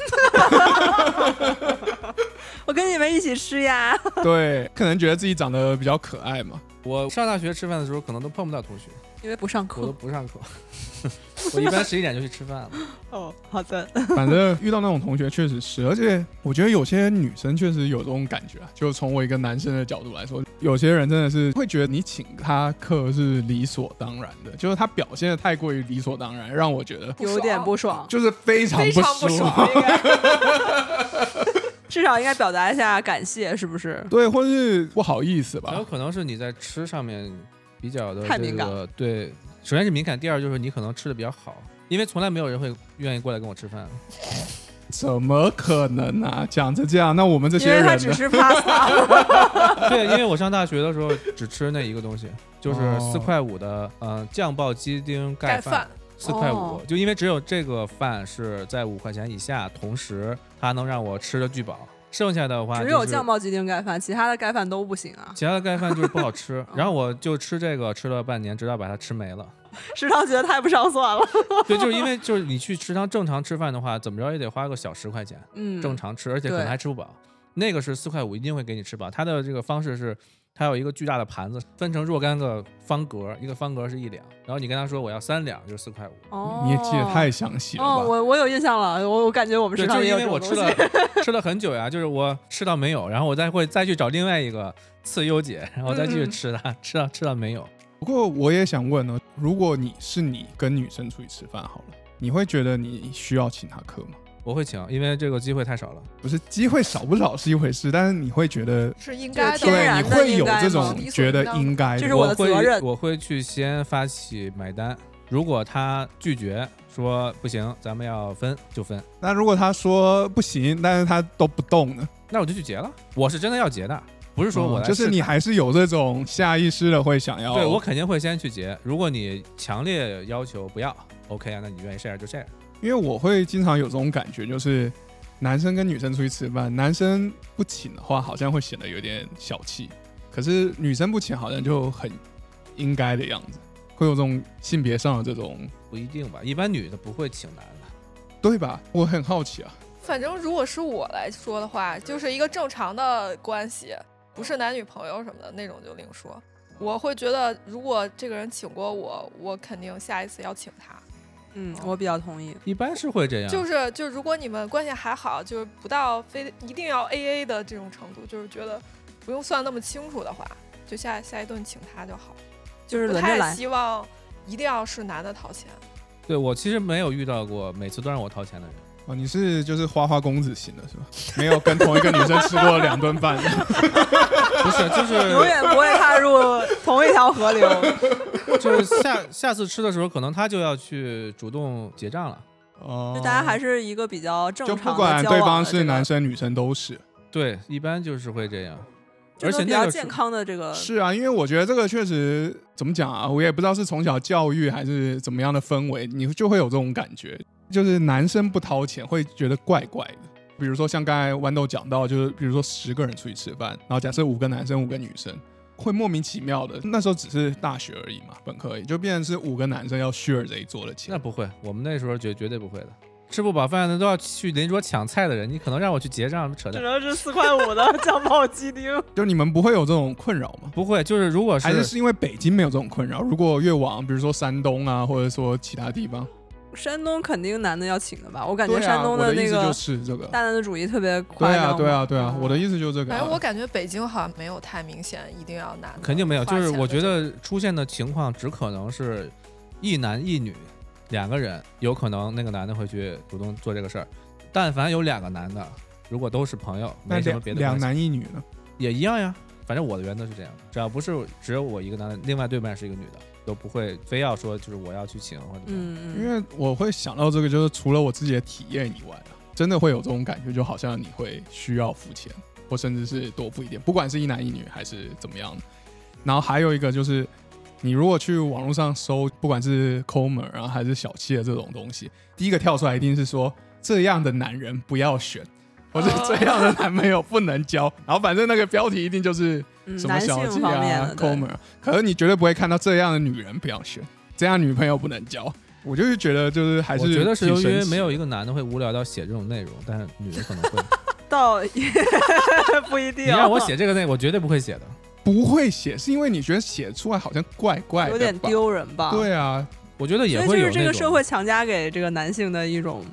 A: 我跟你们一起吃呀。
B: 对，可能觉得自己长得比较可爱嘛，
D: 我上大学吃饭的时候，可能都碰不到同学，
A: 因为不上
D: 我都
A: 课
D: 不上课。 我一般十一点就去 吃饭了。
A: 哦，好的，
B: 反正遇到那种同学确实是，而且我觉得有些女生确实有这种感觉啊。就从我一个男生的角度来说，有些人真的是会觉得你请他课是理所当然的，就是他表现的太过于理所当然，让我觉得
C: 不爽
A: 有点不爽，
B: 就是非常
C: 非
B: 不
C: 常不
B: 舒
C: 爽
B: 服。，
C: 应该
A: 至少应该表达一下感谢，是不是？
B: 对，或是不好意思吧
D: 很有，可能是你在吃上面比较的
A: 太
D: 这
A: 敏感
D: 个对，首先是敏感，第二就是你可能吃的比较好，因为从来没有人会愿意过来跟我吃饭。
B: 怎么可能啊？讲成这样，那我们这
A: 因
B: 些
A: 为
B: 人
A: 他只
B: 呢？
A: 是 pasta，
D: 对，因为我上大学的时候只吃那一个东西，就是
A: 哦
D: 四块五的，呃，酱爆鸡丁盖
C: 盖
D: 饭
C: 饭，。
D: 四块五
A: 哦，
D: 就因为只有这个饭是在五块钱以下，同时它能让我吃的巨饱，剩下的话
A: 只
D: 就
A: 有
D: 是
A: 酱爆鸡丁盖饭，其他的盖饭都不行啊。
D: 其他的盖饭就是不 好吃，
A: 嗯
D: 然后我就吃这个吃了半年，直到把它吃没了。
A: 食堂觉得太不上算了，
D: 对，就是因为就是你去食堂正常吃饭的话，怎么着也得花个小十块钱，
A: 嗯，
D: 正常吃，而且可能
A: 对
D: 还吃不饱。那个是四块五，一定会给你吃饱。它的这个方式是，它有一个巨大的盘子，分成若干个方格，一个方格是一两，然后你跟他说我要三两，就是四块五。
A: 哦，
B: 你也记得太详细了
A: 哦，
B: 吧？
A: 我我有印象了，我我感觉我们
D: 对，
A: 食
D: 就
A: 堂
D: 是
A: 也
D: 因
A: 有
D: 为
A: 这种
D: 我
A: 东
D: 吃
A: 西。
D: 了吃了很久呀，就是我吃到没有，然后我再会再去找另外一个次优解，然后再继续
A: 嗯
D: 吃它，吃到吃到没有。
B: 不过我也想问呢，哦如果你是你跟女生出去吃饭好了，你会觉得你需要请她客吗？
D: 我会请，因为这个机会太少了。
B: 不是机会少不少是一回事，但是你会觉得，
C: 是应该的，
A: 就天
B: 对，
A: 然
B: 你
A: 的
B: 会有
A: 应该
B: 这
A: 吗
B: 种
C: 理所
B: 觉得
C: 应当的
B: 应该
A: 这
B: 的
A: 是。
B: 哦
A: 我的
D: 会
A: 责任
D: 我会去先发起买单。如果他拒绝说不行，咱们要分就分，
B: 那如果她说不行，但是她都不动呢？
D: 那我就去结了。我是真的要结的，不是说我
B: 嗯
D: 来
B: 就是
D: 试
B: 你哦
D: 探。
B: 还是有这种下意识的会想要，
D: 对我肯定会先去结。如果你强烈要求不要，OK 啊，那你愿意 share 就 share。
B: 因为我会经常有这种感觉，就是男生跟女生出去吃饭，男生不请的话，好像会显得有点小气；可是女生不请，好像就很应该的样子，会有这种性别上的这种，
D: 不一定吧，一般女的不会请男的。
B: 对吧？我很好奇啊，
C: 反正如果是我来说的话，就是一个正常的关系，不是男女朋友什么的那种就另说。我会觉得，如果这个人请过我，我肯定下一次要请他。
A: 嗯，我比较同意。
D: 一般是会这样，
C: 就是就如果你们关系还好，就是不到非一定要 A A 的这种程度，就是觉得不用算那么清楚的话，就下下一顿请他就好。
A: 就是
C: 不
A: 轮着
C: 太
A: 来，
C: 希望一定要是男的掏钱。
D: 对我其实没有遇到过每次都让我掏钱的人。
B: 哦，你是就是花花公子型的是吧？没有跟同一个女生吃过两顿饭，
D: 不是，就是
A: 永远不会踏 入同一条河流。
B: 哦
D: 就是下下次吃的时候，可能他就要去主动结账了。
B: 哦
A: 就，大家还是一个比较正
B: 就
A: 常的
B: 不管
A: 交
B: 对
A: 往
B: 方
A: 的这
B: 是
A: 个
B: 男生女生都是。
D: 对，一般就是会这样。
A: 这
D: 而且
A: 都比
D: 那
A: 较
D: 个
A: 健
D: 是
A: 康的这个，
B: 是啊，因为我觉得这个确实怎么讲啊，我也不知道是从小教育还是怎么样的氛围，你就会有这种感觉，就是男生不掏钱会觉得怪怪的。比如说像刚才豌豆讲到，就是比如说十个人出去吃饭，然后假设五个男生五个女生，会莫名其妙的，那时候只是大学而已嘛，本科而已，就变成是五个男生要 share 这一桌的
D: 那
B: 钱。
D: 不会，我们那时候绝绝对不会的。吃不饱饭的都要去邻桌抢菜的人，你可能让我去结账，扯
A: 只
D: 淡。
A: 能是四块五的 酱爆鸡丁。
B: 就你们不会有这种困扰吗？
D: 不会，就是如果
B: 还是
D: 是
B: 是因为北京没有这种困扰？如果越往比如说山东啊，或者说其他地方，
A: 山东肯定男的要请的吧？我感觉
B: 对
A: 山
B: 啊，
A: 东
B: 我的
A: 那
B: 意思
A: 个
B: 就是这个。
A: 大男子主义特别
B: 对
A: 夸张
B: 啊，
A: 嘛。
B: 对啊，对
A: 嗯
B: 啊，我的意思就是这个
C: 反
B: 啊。
C: 哎正我感觉北京好像没有太明显，一定要男的
D: 肯定没有，
C: 花
D: 就是
C: 钱
D: 我
C: 的
D: 觉
C: 这
D: 得出现的情况只可能是一男一女两个人，有可能那个男的会去主动做这个事儿。但凡有两个男的，如果都是朋友，
B: 那
D: 没什么
B: 两
D: 别的
B: 两
D: 关系，
B: 男一女呢？
D: 也一样呀。反正我的原则是这样，只要不是只有我一个男的，另外对面是一个女的，都不会非要说就是我要去请或者怎么样。
A: 嗯，
B: 因
A: 嗯，
B: 为我会想到这个，就是除了我自己的体验以外啊，真的会有这种感觉，就好像你会需要付钱，或甚至是多付一点，不管是一男一女还是怎么样的。然后还有一个就是，你如果去网络上搜，不管是抠门啊还是小气的这种东西，第一个跳出来一定是说这样的男人不要选，或者
C: 哦
B: 这样的男朋友不能交。然后反正那个标题一定就是
A: 嗯
B: 什么
A: 男
B: 小
A: 性
B: 气
A: 方面
B: 啊
A: 的、
B: 抠
A: 对
B: 门儿，可是你绝对不会看到这样的女人不要选，这样女朋友不能交。我就是觉得，就是还是
D: 我觉得是由
B: 挺神
D: 于
B: 奇
D: 没有一个男的会无聊到写这种内容，但是女的 可能会。
A: 倒不一定。
D: 你让我写这个内容，我绝对不会写的。
B: 不会写，是因因为你觉得写出来好像怪怪的，
A: 有点。丢人吧？。
B: 对啊，
D: 我觉得也
A: 所以
D: 会
A: 这
D: 有
A: 是这
D: 那
A: 个
D: 种
A: 社会强加给这个男性的一种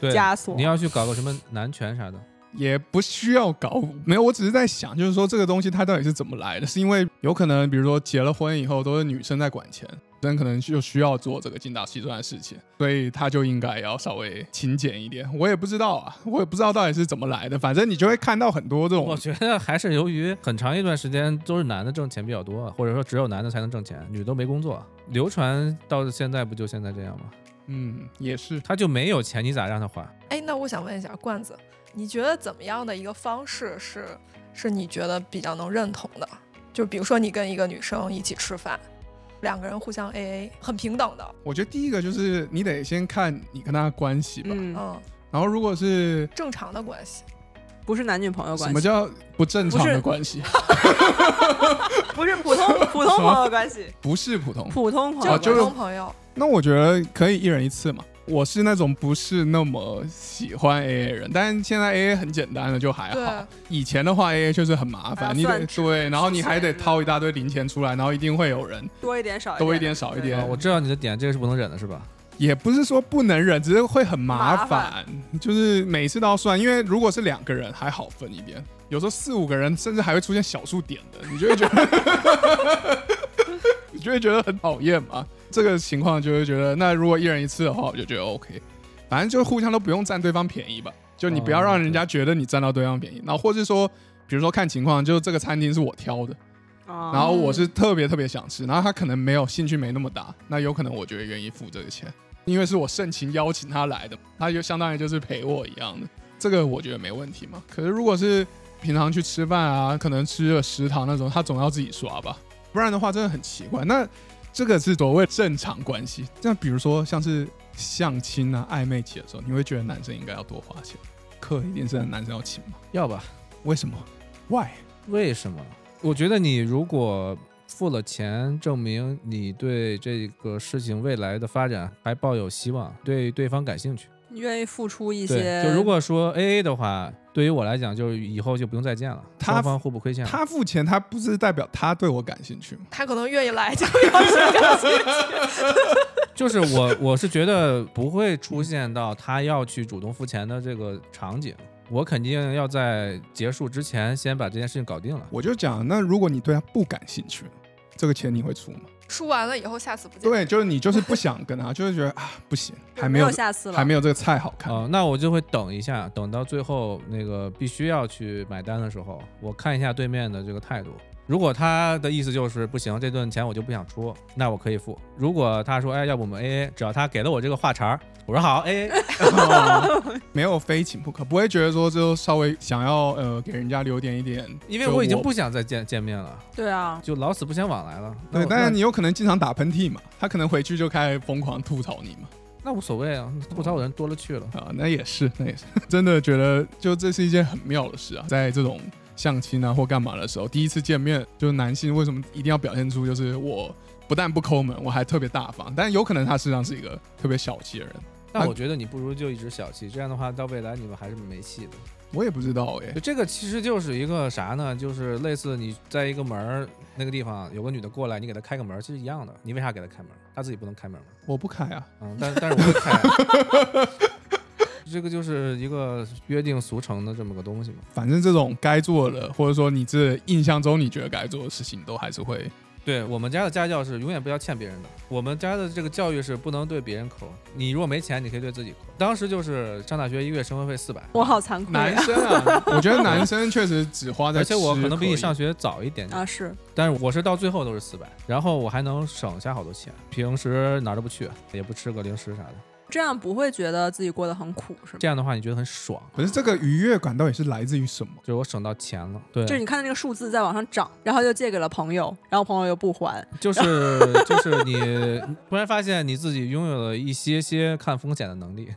D: 对
A: 枷锁
D: 你要去搞个什么男权啥的，
B: 也不需要搞，没有，我只是在想，就是说这个东西它到底是怎么来的？是因为有可能，比如说结了婚以后都是女生在管钱，女生可能就需要做这个精打细算的事情，所以她就应该要稍微勤俭一点。我也不知道啊，我也不知道到底是怎么来的，反正你就会看到很多这种
D: 我觉得还是由于很长一段时间都是男的挣钱比较多，或者说只有男的才能挣钱，女的都没工作。流传到现在不就现在这样吗？
B: 嗯，也是。
D: 他就没有钱，你咋让他花？
C: 哎，那我想问一下罐子，你觉得怎么样的一个方式是是你觉得比较能认同的？就比如说你跟一个女生一起吃饭，两个人互相 AA，很平等的。
B: 我觉得第一个就是你得先看你跟他的关系吧。
A: 嗯，
C: 嗯，
B: 然后如果是
C: 正常的关系。
A: 不是男女朋友
B: 什
A: 关
B: 么
A: 系，
B: 叫不正常
A: 不
B: 的
A: 是
B: 关系，
A: 不是普通普通朋友关系，
B: 不是普通，
A: 普通朋
C: 就
A: 友
B: 哦
A: 关
C: 是
B: 就
A: 系
C: 普
B: 是
C: 通朋友，
B: 那我觉得可以一人一次嘛。我是那种不是那么喜欢 AA 人，但是现在 AA 很简单了，就还好
C: 对。
B: 以前的话，AA 确实很麻
A: 啊还要
B: 烦，你得
A: 算纸
B: 对，然后你还得
A: 算纸
B: 掏一大堆零钱出来，然后一定会有人
A: 多一点少一点，
B: 多一点少一
A: 哎对
B: 点
D: 啊，我知道你的点，这个是不能忍的，是吧？
B: 也不是说不能忍，只是会很麻
A: 麻
B: 烦，就是每次都要算，因为如果是两个人还好分一点，有时候四五个人甚至还会出现小数点的，你就会觉得， 你就会觉得很讨厌嘛。这个情况就会觉得，那如果一人一次的话，我就觉得 OK，反正就互相都不用占对方便宜吧，就你不要
D: 哦
B: 让人家觉得你占到对方便宜，然后或是说，比如说看情况，就是这个餐厅是我挑的，
A: 啊
B: 然后我是特别特别想吃，然后他可能没有兴趣没那么大，那有可能我就会愿意付这个钱，因为是我盛情邀请他来的，他就相当于就是陪我一样的，这个我觉得没问题嘛。可是如果是平常去吃饭啊，可能吃了食堂那种，他总要自己刷吧，不然的话真的很奇怪。那这个是所谓正常关系，那比如说像是相亲啊、暧昧期的时候，你会觉得男生应该要多花钱，课一定是男生要请吗？
D: 要吧？
B: 为什么？Why？
D: 为什么？我觉得你如果付了钱，证明你对这个事情未来的发展还抱有希望，对对方感兴趣。
A: 愿意付出一
D: 对，
A: 些，
D: 就如果说 A A 的话，对于我来讲，就是以后就不用再见了，
B: 他
D: 双方互不亏欠了。
B: 他付钱，他不是代表他对我感兴趣吗？
C: 他可能愿意来 就要是这个心情
D: 就是我， 我是觉得不会出现到他要去主动付钱的这个场景。我肯定要在结束之前先把这件事情搞定了。
B: 我就讲，那如果你对他不感兴趣，这个钱你会出吗？
C: 输完了以后，下次不见。
B: 对，就是你就是不想跟他，就是觉得啊不行，还没
A: 有
B: 有
A: 下次了，
B: 还没有这个菜好看。
D: 哦、那我就会等一下，等到最后那个必须要去买单的时候，我看一下对面的这个态度。如果他的意思就是不行，这顿钱我就不想出，那我可以付。如果他说，哎，要不我们 A A，只要他给了我这个话茬儿，我说好 A A，
B: 没有非请不可，不会觉得说就稍微想要呃给人家留点一点，
D: 因为
B: 就
D: 我已经不想再见见面了，
A: 对啊，
D: 就老死不相往来了。哦那
B: 对，
D: 我
B: 但是你有可能经常打喷嚏嘛，他可能回去就开始疯狂吐槽你嘛。
D: 那无所谓啊，吐槽我的人多了去了。
B: 啊，那也是，那也是， 真的觉得就这是一件很妙的事啊，在这种相亲啊或干嘛的时候，第一次见面，就是男性为什么一定要表现出就是我不但不抠门，我还特别大方，但有可能他实际上是一个特别小气的人，
D: 但
B: 啊
D: 我觉得你不如就一直小气，这样的话到未来你们还是没戏的。
B: 我也不知道哎、
D: 就这个其实就是一个啥呢？就是类似你在一个门儿那个地方有个女的过来，你给她开个门儿，其实一样的。你为啥给她开门儿？她自己不能开门吗？
B: 我不开啊，
D: 嗯，但但是我会开。 这个就是一个约定俗成的这么个东西嘛。
B: 反正这种该做的，或者说你这印象中你觉得该做的事情，都还是 会
D: 对我们家的家教是永远不要欠别人的，我们家的这个教育是不能对别人抠。你如果没钱，你可以对自己抠。当时就是上大学一个月生活费四百，
A: 我好惭愧
B: 男
A: 啊
B: 生 啊，我觉得男生确实只花在
D: 而
B: 吃
D: 且
B: 可以，
D: 我可能比你上学早一点点。
A: 啊是
D: 但是我是到最后都是四百，然后我还能省下好多钱。平时哪儿都不去，也不吃个零食啥的。
A: 这样，不会觉得自己过得很苦是吗？
D: 这样的话，你觉得很爽，
B: 可是这个愉悦感到底是来自于什么？
D: 就是我省到钱了。对，
A: 就是你看到那个数字在往上涨，然后又借给了朋友，然后朋友又不还，
D: 就是就是你 突然发现你自己拥有了一些些看风险的能力，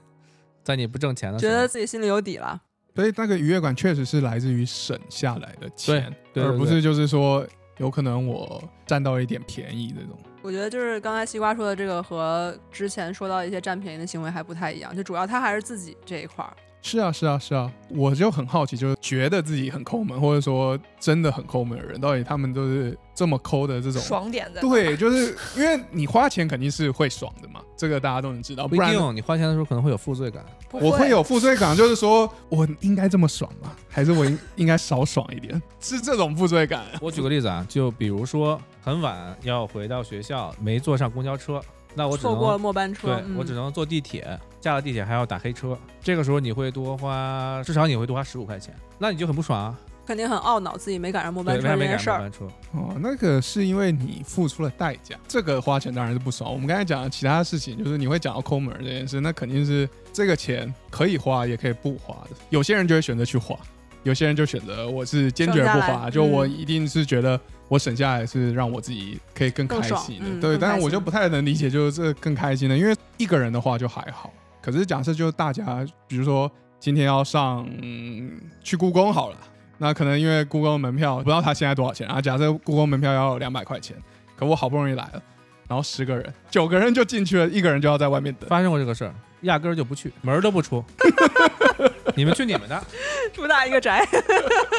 D: 在你不挣钱的时
A: 觉
D: 候，
A: 得自己心里有底了。
B: 所以那个愉悦感确实是来自于省下来的钱，
D: 对对对
B: 而不是就是说有可能我占到一点便宜这种。
A: 我觉得就是刚才西瓜说的这个和之前说到一些占便宜的行为还不太一样，就主要他还是自己这一块儿。
B: 是啊，是啊，是啊，我就很好奇，就是觉得自己很抠门，或者说真的很抠门的人，到底他们都是这么抠的这种？
C: 爽点在哪
B: 对，就是因为你花钱肯定是会爽的嘛，这个大家都能知道，
D: 不
B: 不
D: 一
B: 然
D: 定，你花钱的时候可能会有负罪感。
C: 不
B: 我会有负罪感，就是说我应该这么爽吗？还是我应应该少爽一点？是这种负罪感。
D: 我举个例子啊，就比如说很晚要回到学校，没坐上公交车，那我只
A: 错
D: 能
A: 过了末班车，
D: 对、
A: 嗯、
D: 我只能坐地铁，下了地铁还要打黑车，这个时候你会多花，至少你会多花十五块钱，那你就很不爽啊。
A: 肯定很末恼自己没赶上末
D: 对，
A: 班车
D: 为啥
A: 这
D: 没
A: 件
D: 赶
A: 事
D: 上
A: 儿。
D: 班车？
B: 哦，那个是因为你付出了代价，这个花钱当然是不爽。我们刚才讲的其他事情，就是你会讲到抠门这件事，那肯定是这个钱可以花也可以不花的。有些人就会选择去花，有些人就选择我是坚决
A: 省下
B: 不
A: 来
B: 花，就我
A: 嗯
B: 一定是觉得我省下来是让我自己可以更
A: 更
B: 开
A: 爽
B: 心的。
A: 嗯
B: 对，
A: 更
B: 但
A: 开
B: 是我就
A: 心
B: 不太能理解，就是这更开心的，因为一个人的话就还好，可是假设就是大家，比如说今天要上、嗯去故宫好了。那可能因为故宫门票不知道它现在多少钱啊，假设故宫门票要两百块钱，可我好不容易来了，然后十个人，九个人就进去了，一个人就要在外面等。
D: 发生过这个事儿，压根儿就不去，门儿都不出。 你们去你们的，
A: 主打一个宅，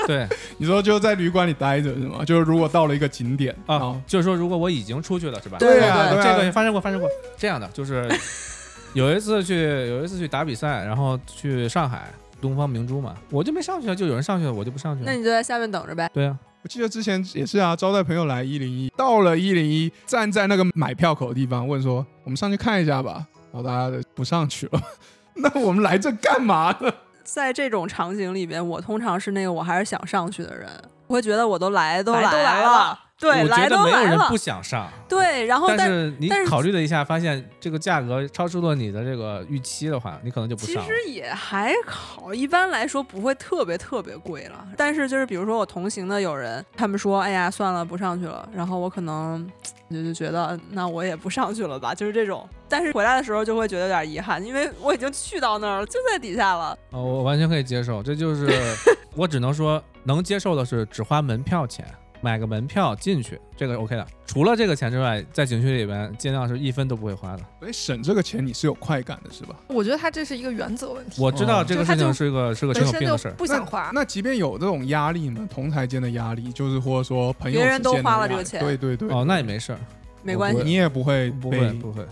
D: 对
B: 你说就在旅馆里待着是吗？就是如果到了一个景点啊，
D: 啊，就是说如果我已经出去了是吧？
A: 对
B: 啊，
A: 对
B: 对啊
D: 这个也发生过，发生过这样的，就是 有一次去有一次去打比赛，然后去上海东方明珠嘛，我就没上去啊，就有人上去了，我就不上去
A: 那
D: 了。
A: 你就在下面等着呗。
D: 对啊，
B: 我记得之前也是啊，招待朋友来一零一，到了一零一，站在那个买票口的地方问说：“我们上去看一下吧。”然后大家都不上去了， 那我们来这干嘛呢？
A: 在这种场景里边，我通常是那个我还是想上去的人，我会觉得我都来都
C: 来都来
A: 了
C: 了，
A: 对，
D: 我觉
A: 来
D: 得
A: 都
D: 没有
A: 来
D: 人
A: 了
D: 不，想上。
A: 对，
C: 哦
A: 然后
D: 但是你
A: 但是
D: 考虑了一下，发现这个价格超出了你的这个预期的话，你可能就不
A: 其
D: 上了。
A: 实也还好，一般来说不会特别特别贵了。但是就是比如说我同行的有人，他们说哎呀算了不上去了，然后我可能就就觉得嗯那我也不上去了吧，就是这种。但是回来的时候就会觉得有点遗憾，因为我已经去到那儿了，就在底下了。
D: 呃，我完全可以接受，这 就是我只能说能接受的是只花门票钱，买个门票进去，这个 OK 的。除了这个钱之外，在景区里边尽量是一分都不会花的。
B: 所以哎省这个钱你是有快感的，是吧？
C: 我觉得他这是一个原则问题，
D: 我知道
B: 哦
D: 这个
C: 就他
D: 事情
C: 就是
D: 个是个挺
C: 本
D: 有
C: 身
D: 病
C: 就
D: 的事儿，
C: 不想花。
B: 那。那即便有这种压力嘛，同台间的压力，就是或者说朋友
A: 别人
B: 之间的
A: 都花了
B: 压力
A: 这个钱
B: 对对对。
D: 哦，那也没事儿，
A: 没关
D: 我
A: 系，
B: 你也嗯不会
D: 不会
B: 被，
D: 不会，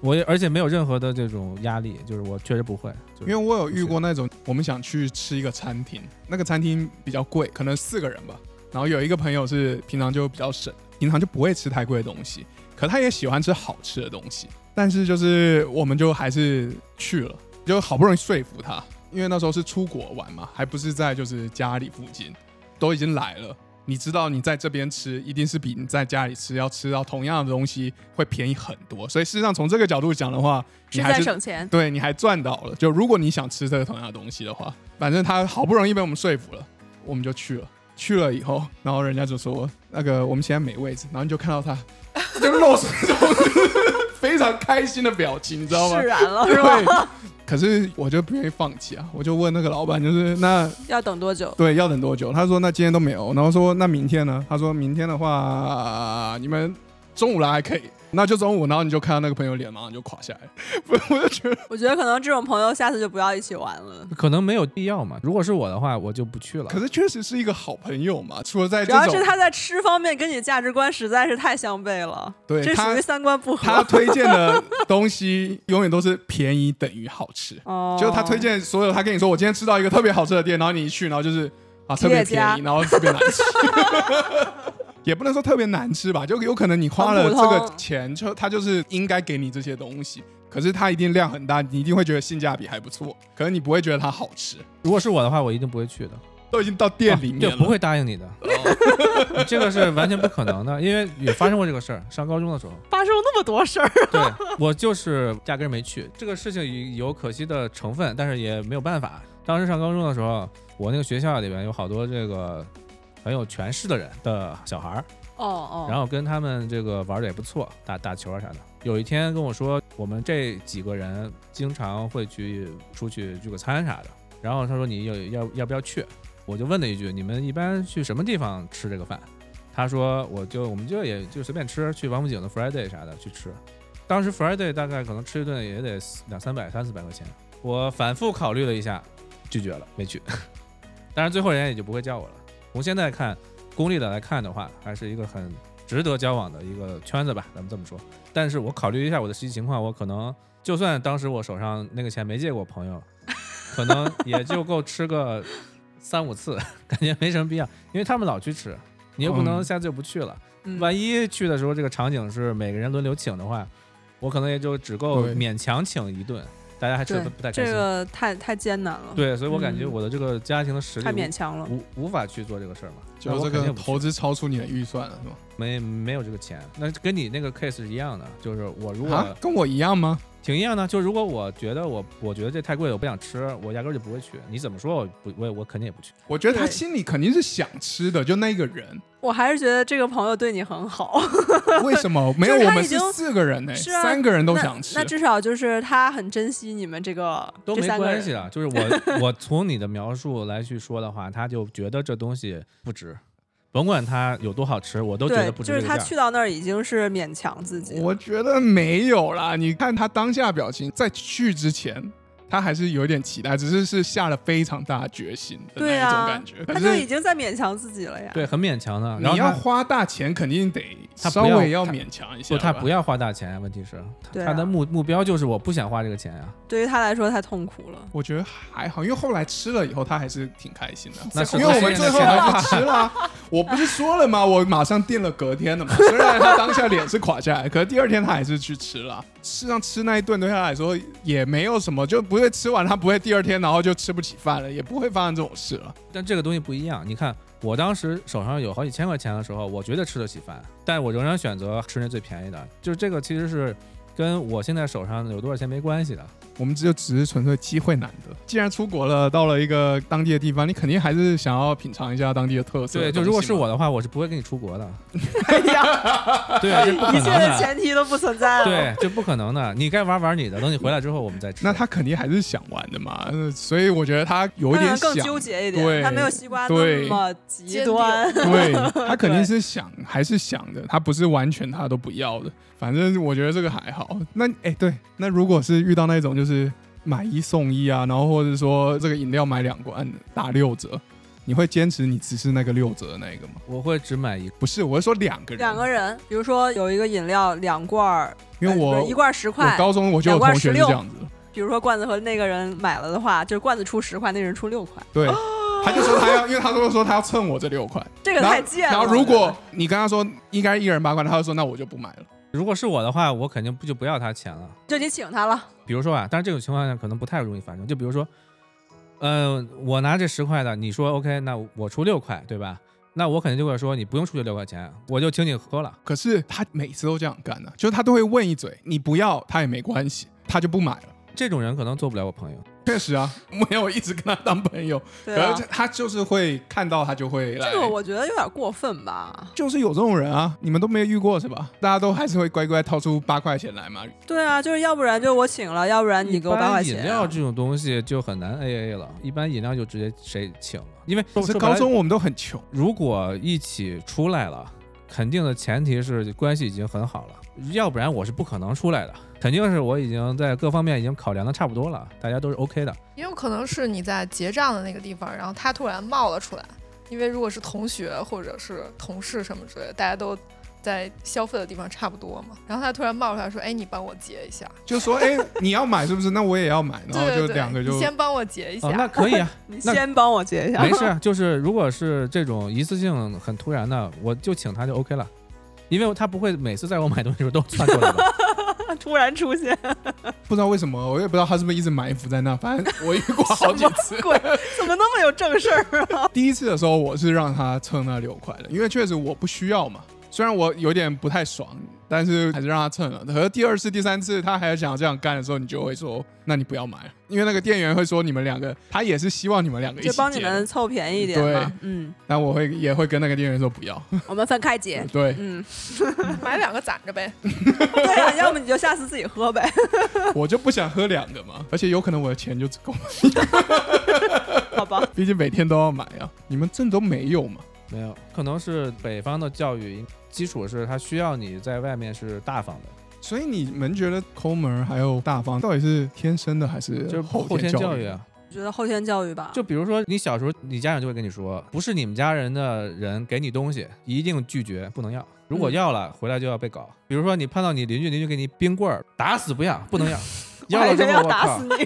D: 我也而且没有任何的这种压力，就是我确实不会，就
B: 因
D: 是
B: 为我有遇过那种，我们想去吃一个餐厅，那个餐厅比较贵，可能四个人吧，然后有一个朋友是平常就比较省，平常就不会吃太贵的东西，可他也喜欢吃好吃的东西，但是就是我们就还是去了，就好不容易说服他，因为那时候是出国玩嘛，还不是在就是家里附近，都已经来了，你知道你在这边吃一定是比你在家里吃要吃到同样的东西会便宜很多，所以事实上从这个角度讲的话，你
A: 是
B: 还
A: 在
B: 是
A: 省钱。
B: 对，你还赚到了。就如果你想吃这个同样的东西的话，反正他好不容易被我们说服了，我们就去了。去了以后，然后人家就说那个我们现在没位置，然后你就看 到他就露出这种非常开心的表情，你知道吗
A: 释？ 然了是啊吧？
B: 对。可是我就不愿意放弃啊，我就问那个老板，就是那
A: 要等多久？
B: 对要等多久？他说那今天都没有，然后说那明天呢？他说明天的话你们中午来还可以，那就中午，然后你就看到那个朋友脸马上就垮下来，我我就觉得
A: 我觉得可能这种朋友下次就不要一起玩 了。
D: 可能没有必要嘛。如果是我的话，我就不去了。
B: 可是确实是一个好朋友嘛，除了在
A: 主
B: 哎
A: 要
B: 这种
A: 是他在吃方面跟你价值观实在是太相悖了，
B: 对
A: 这属
B: 他
A: 于三观不
B: 他
A: 合。
B: 推荐的东西永远都是便宜等于好吃，
A: 哦，
B: 就是他推荐所有，他跟你说我今天吃到一个特别好吃的店，然后你一去，然后就是啊特别
A: 企业家
B: 便宜，然后特别难吃。 也不能说特别难吃吧，就有可能你花了
A: 很
B: 这
A: 普通
B: 个钱，就他就是应该给你这些东西，可是它一定量很大，你一定会觉得性价比还不错，可是你不会觉得它好吃，
D: 如果是我的话，我一定不会去的。
B: 都已经到店里面
D: 哦就
B: 了，
D: 不会哦答应你 的，这个是完全不可能的，因为也发生过这个事儿。上高中的 时候，
A: 发生那么多事儿，
D: 对我就是压根儿没去。这个事情有可惜的成分，但是也没有办法。当时上高中的时候，我那个学校里边有好多这个很有权势的人的小孩儿，
A: 哦哦，
D: 然后跟他们这个玩的也不错，打打球啊啥的。有一天跟我说，我们这几个人经常会去出去聚个餐啥的。然后他说你有要要不要去？我就问了一句，你们一般去什么地方吃这个饭？他说我就我们就也就随便吃，去王府井的 Friday 啥的去吃。当时 Friday 大概可能吃一顿也得两三百、三四百块钱。我反复考虑了一下，拒绝了，没去。 当然最后人家也就不会叫我了。从现在看，功利的来看的话，还是一个很值得交往的一个圈子吧，咱们这么说。但是我考虑一下我的实际情况，我可能就算当时我手上那个钱没借给我朋友，可能也就够吃个三五次，感觉没什么必要，因为他们老去吃，你又不能
B: 嗯
D: 下次就不去了。
A: 嗯
D: 万一去的时候这个场景是每个人轮流请的话，我可能也就只够
B: 对
D: 勉强请一顿，大家还吃
A: 对
D: 的不太开
A: 这
D: 心。
A: 个太太艰难了，
D: 对，所以我感觉
A: 嗯
D: 我的这个家庭的实力
A: 太
D: 无
A: 勉强了。
D: 无无法去做这个事儿嘛，
B: 就
D: 那我
B: 这
D: 肯
B: 个
D: 定不去
B: 投资超出你的预算了是吗？
D: 没没有这个钱，那跟你那个 case 是一样的，就是我如
B: 啊
D: 果，
B: 跟我一样吗？
D: 挺一样的，就如果我觉得我我觉得这太贵了，我不想吃，我压根儿就不会去。你怎么说，我不我也我肯定也不去。
B: 我觉得他
A: 对
B: 心里肯定是想吃的，就那 个人，
A: 我还是觉得这个朋友对你很好，
B: 为什么没有？
A: 就是
B: 我
A: 他
B: 们
A: 已
B: 是
A: 经
B: 四个人呢、
A: 是啊
B: 三个人都
A: 那
B: 想吃
A: 那。至少就是他很珍惜你们这个
D: 都
A: 这
D: 没
A: 三个
D: 关系啊
A: 人。
D: 的，就是我我从你的描述来去说的话，他就觉得这东西不值，甭管它有多好吃，我都觉
A: 对
D: 得，不值
A: 就
D: 这
A: 是
D: 个
A: 他
D: 价。
A: 去到那儿已经是勉强自己了。
B: 我觉得没有啦，你看他当下表情，在去之前。他还是有点期待，只是是下了非常大的决心的那
A: 对
B: 一种
A: 啊
B: 感觉。
A: 他
B: 可
A: 就已
B: 是
A: 经在勉强自己了呀。
D: 对，很勉强的。然后
B: 你要
D: 他
B: 花大钱，肯定得
D: 他不
B: 稍
D: 要
B: 微要
D: 他
B: 勉强一下吧。
D: 不，他不要花大钱，问题是他
A: 对啊
D: 他的目目标就是我不想花这个钱啊。
A: 对于他来说太痛苦 了。
B: 我觉得还好，因为后来吃了以后，他还是挺开心的。
D: 那是
B: 因为我们最后 还是吃了啊，我不是说了吗？我马上定了隔天的嘛。虽然他当下脸是垮下来，可 是第二天他还是去吃了啊。事实上，吃那一顿对他来说也没有什么，就不会吃完，他不会第二天然后就吃不起饭了，也不会发生这种事了。
D: 但这个东西不一样，你看我当时手上有好几千块钱的时候，我觉得吃得起饭，但我仍然选择吃那最便宜的。就是这个其实是跟我现在手上有多少钱没关系的。
B: 我们就只是纯粹机会难得。既然出国了，到了一个当地的地方，你肯定还是想要品尝一下当地的特色的
D: 对，
B: 东西嘛。
D: 就如果是我的话，我是不会跟你出 国的。
A: 哎 呀，
D: 对啊，这不可
A: 一
D: 能
A: 切的
D: 的。
A: 前提都不存在了。
D: 对，这不可能的。你该玩玩你的，等你回来之后我们再吃。
B: 那他肯定还是想玩的嘛，呃所以我觉得他有一
A: 他
B: 点
A: 嗯更
B: 想
A: 纠结一点，
B: 对
A: 他没有西瓜那
B: 对
A: 么极端。
B: 对他肯定是想，还是想的，他不是完全他都不要的。反正我觉得这个还好。那哎、对，那如果是遇到那种就是买一送一啊，然后或者说这个饮料买两罐打六折，你会坚持你只是那个六折的那个吗？
D: 我会只买一个。
B: 不是，我是说两个人，
A: 两个人，比如说有一个饮料两罐儿，
B: 因为我、
A: 呃不是一罐儿十
B: 我
A: 块。
B: 高中我就有同学是
A: 两
B: 这
A: 罐
B: 样子的，
A: 比如说罐子和那个人买了的话，就是罐子出十块，那个人出六块，
B: 对。他就说他 要，因为他说说他要蹭我这六块，
A: 这个
B: 然后
A: 太贱了。
B: 然后如果你跟他说应该一人八块，他就说那我就不买了。
D: 如果是我的话，我肯定不就不要他钱了。
A: 就你请他了，
D: 比如说啊，但是这种情况下可能不太容易发生。就比如说，呃，我拿这十块的，你说 OK，那我出六块，对吧？那我肯定就会说你不用出去六块钱，我就请你喝了。
B: 可是他每次都这样干呢、啊就是他都会问一嘴，你不要他也没关系，他就不买 了。
D: 这种人可能做不了我朋友。
B: 确实啊，没有一直跟他当朋友，
A: 对啊
B: 可是，他就是会看到他就会来。
A: 这个我觉得有点过分吧？
B: 就是有这种人啊，你们都没有遇过是吧？大家都还是会乖乖掏出八块钱来嘛。
A: 对啊，就是要不然就我请了，要不然你给我
D: 一
A: 八
D: 般
A: 块
D: 饮
A: 钱啊。
D: 料这种东西就很难 A A 了，一般饮料就直接谁请了，因为
B: 可是高，
D: 说白
B: 中
D: 了
B: 我们都很穷，
D: 如果一起出来了，肯定的前提是关系已经很好了，要不然我是不可能出来的。肯定是我已经在各方面已经考量的差不多了，大家都是 OK 的。
C: 也有可能是你在结账的那个地方，然后他突然冒了出来，因为如果是同学或者是同事什么之类的，大家都在消费的地方差不多嘛，然后他突然冒出来说：“哎，你帮我结一下。
B: 就说 哎，你要买是不是？那我也要买，”然
C: 对
B: 后
C: 对
B: 就
C: 对，
B: 两个就
C: 你先帮我结一下。
D: 哦，那可以啊，
A: 你
D: 那
A: 先帮我 结一下
D: 没。事，就是如果是这种一次性很突然的，我就请他就 OK 了，因为他不会每次在我买东西的时候都窜出来的。
A: 突然出 现，
B: 不知道为什么，我也不知道他是不是一直埋伏在那，反正我遇过好几次。
A: 鬼怎么那么有正事 儿啊？
B: 第一次的时候，我是让他蹭那六块的，因为确实我不需要嘛。虽然我有点不太爽，但是还是让他蹭了。可是第二次、第三次，他还想这样干的时候，你就会说：“那你不要买了。”因为那个店员会说你们两个，他也是希望你们两个一起
A: 就
B: 结。
A: 帮你们凑便宜一点嘛。嗯，
B: 但我会也会跟那个店员说不要。。
A: 我们分开结
B: 对，
A: 嗯，
C: 买两个攒 着呗。
A: 对啊，要么你就下次自己喝 呗。
B: 我就不想喝两个嘛，而且有可能我的钱就只够，
A: 好吧，
B: 毕竟每天都要买啊。你们这都没有嘛？
D: 没有，可能是北方的教育基础是他需要你在外面是大方的，
B: 所以你们觉得抠门还有大方，到底是天生的还是
D: 就是
B: 后
D: 后天
B: 教
D: 教育啊。
A: 我觉得后天教育吧，
D: 就比如说你小时候，你家长就会跟你说，不是你们家人的人给你东西，一定拒绝，不能要。如果要了，回来就要被搞。比如说你碰到你邻居，邻居给你冰棍儿，打死不要，不能要。要了
A: 我以
D: 之
A: 为要
D: 后，我
A: 打
D: 靠
A: 死，你。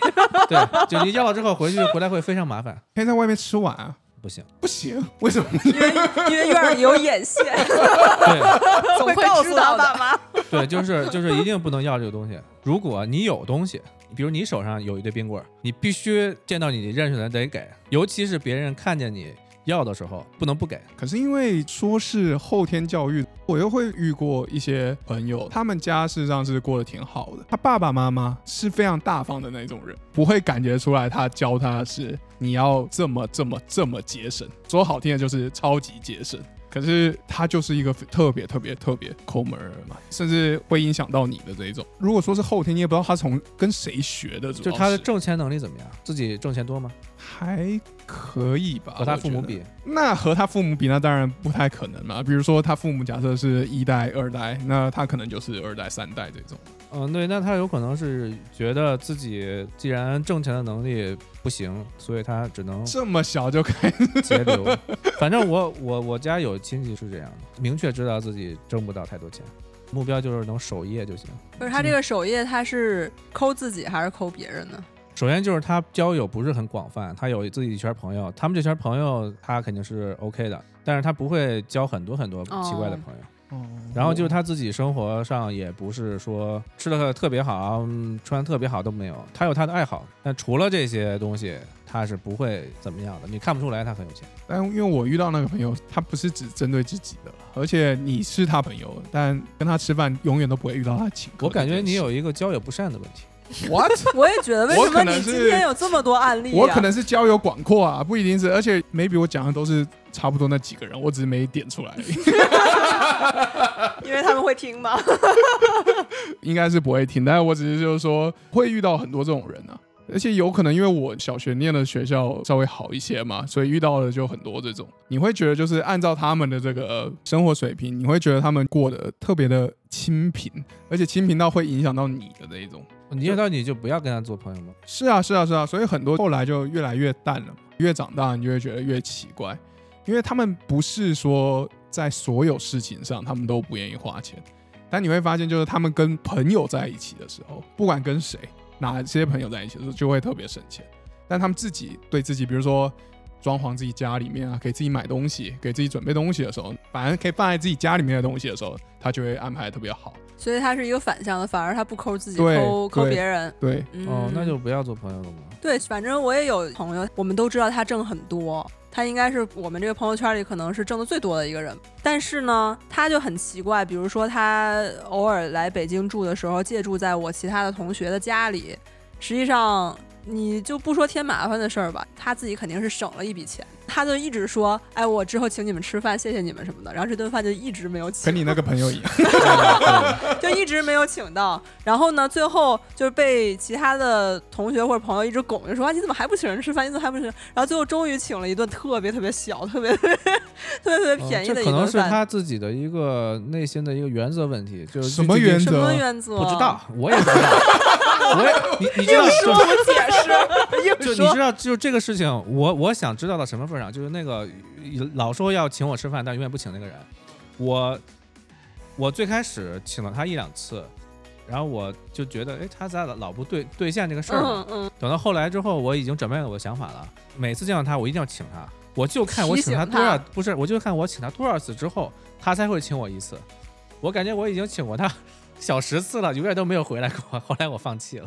D: 对，就你要了之后回去回来会非常麻烦，
B: 可以在外面吃完啊？
D: 不行。
B: 不行，为什么？
A: 因为因为院儿里有眼 线，
D: 对，
C: 总会
A: 告诉
C: 知
A: 他
C: 道的
A: 爸妈。
D: 对，就是就是一定不能要这个东西。如果你有东西，比如你手上有一堆冰棍儿，你必须见到你认识的人得给，尤其是别人看见你要的时候，不能不给。
B: 可是因为说是后天教育，我又会遇过一些朋友，他们家事实上是过得挺好的，他爸爸妈妈是非常大方的那种人，不会感觉出来他教他是你要这么这么这么节省，说好听的就是超级节省。可是他就是一个特别特别特别抠门儿嘛，甚至会影响到你的这一种。如果说是后天，你也不知道他从跟谁学的，主
D: 就
B: 要
D: 他的
B: 是
D: 挣钱能力怎么样？自己挣钱多吗？
B: 还可以吧，
D: 和哦他父母
B: 啊我觉得
D: 比，
B: 那和他父母比，那当然不太可能嘛。比如说他父母假设是一代、二代，那他可能就是二代、三代这种。
D: 嗯，对，那他有可能是觉得自己既然挣钱的能力不行，所以他只能
B: 这么小就开始，
D: 节流。 反正我我我家有亲戚是这样的，明确知道自己挣不到太多钱，目标就是能守业就行。
A: 不是他
B: 嗯
A: 这个首页，他是抠自己还是抠别人呢？
D: 首先就是他交友不是很广泛，他有自己一圈朋友，他们这圈朋友他肯定是 OK 的，但是他不会交很多很多奇怪的朋友。然后就是他自己生活上也不是说吃的特别好，嗯穿得特别好都没有，他有他的爱好，但除了这些东西，他是不会怎么样的，你看不出来他很有钱。
B: 但因为我遇到那个朋友，他不是只针对自己的，而且你是他朋友，但跟他吃饭永远都不会遇到他请客
D: 我
B: 这件
D: 感
B: 事。
D: 觉你 有一个交友不善的问题。
B: what？
A: 我也觉得，为
B: 我
A: 什么
B: 可能
A: 你今
B: 是
A: 天有这么多案例、啊？
B: 我可能是交友广阔啊，不一定是，而且 maybe 我讲的都是差不多那几个人，我只是没点出来而已，
A: 因为他们会听 吗？
B: 应该是不会听。但是我只是就是说会遇到很多这种人啊。而且有可能因为我小学念的学校稍微好一些嘛，所以遇到的就很多这种。你会觉得就是按照他们的这个呃生活水平，你会觉得他们过得特别的清贫，而且清贫到会影响到你的这一种。
D: 你遇到你就不要跟他做朋友吗？
B: 是啊，是啊，是啊，所以很多后来就越来越淡了。越长大，你就会觉得越奇怪，因为他们不是说在所有事情上他们都不愿意花钱，但你会发现，就是他们跟朋友在一起的时候，不管跟谁，哪些朋友在一起的时候，就会特别省钱。但他们自己对自己，比如说装潢自己家里面啊，给自己买东西，给自己准备东西的时候，反正可以放在自己家里面的东西的时候，他就会安排得特别好。
A: 所以它是一个反向的，反而他不抠自己，
B: 对
A: 抠抠
B: 对
A: 别人。
B: 对，
A: 嗯、
D: 哦哦，那就不要做朋友了嘛。
A: 对，反正我也有朋友，我们都知道他挣很多，他应该是我们这个朋友圈里可能是挣的最多的一个人。但是呢，他就很奇怪，比如说他偶尔来北京住的时候，借住在我其他的同学的家里，实际上。你就不说添麻烦的事儿吧，他自己肯定是省了一笔钱，他就一直说，哎，我之后请你们吃饭，谢谢你们什么的，然后这顿饭就一直没有请。
B: 跟你那个朋 友一样，
A: 就一直没有请到。然后呢，最后就是被其他的同学或者朋友一直拱，就说啊你怎么还不请人吃饭？你怎么还不请人？然后最后终于请了一顿特别特别小、特别 特别特别便宜
D: 嗯这
A: 的一
D: 可能
A: 顿
D: 是
A: 饭。
D: 他自己的一个内心的一个原则问题，就是
B: 什么原
D: 则
A: 什
B: 则
A: 么啊原则？
D: 不知道，我也不知道，我也你你知道
A: 说
D: 就
A: 不解 释，
D: 就
A: 硬
D: 你知
A: 说。
D: 道就这个事情，我我想知道到什么份儿上，就是那个老说要请我吃饭，但永远不请那个人，我我最开始请了他一两次。然后我就觉得，哎，他咋老不兑兑现这个事儿呢？
A: 嗯嗯，
D: 等到后来之后，我已经转变了我的想法了。每次见到他，我一定要请他，我就看我请
A: 提醒
D: 多少，
A: 他
D: 不是，我就看我请他多少次之后，他才会请我一次。我感觉我已经请过他 小十次了，永远都没有回来过。后来我放 弃了。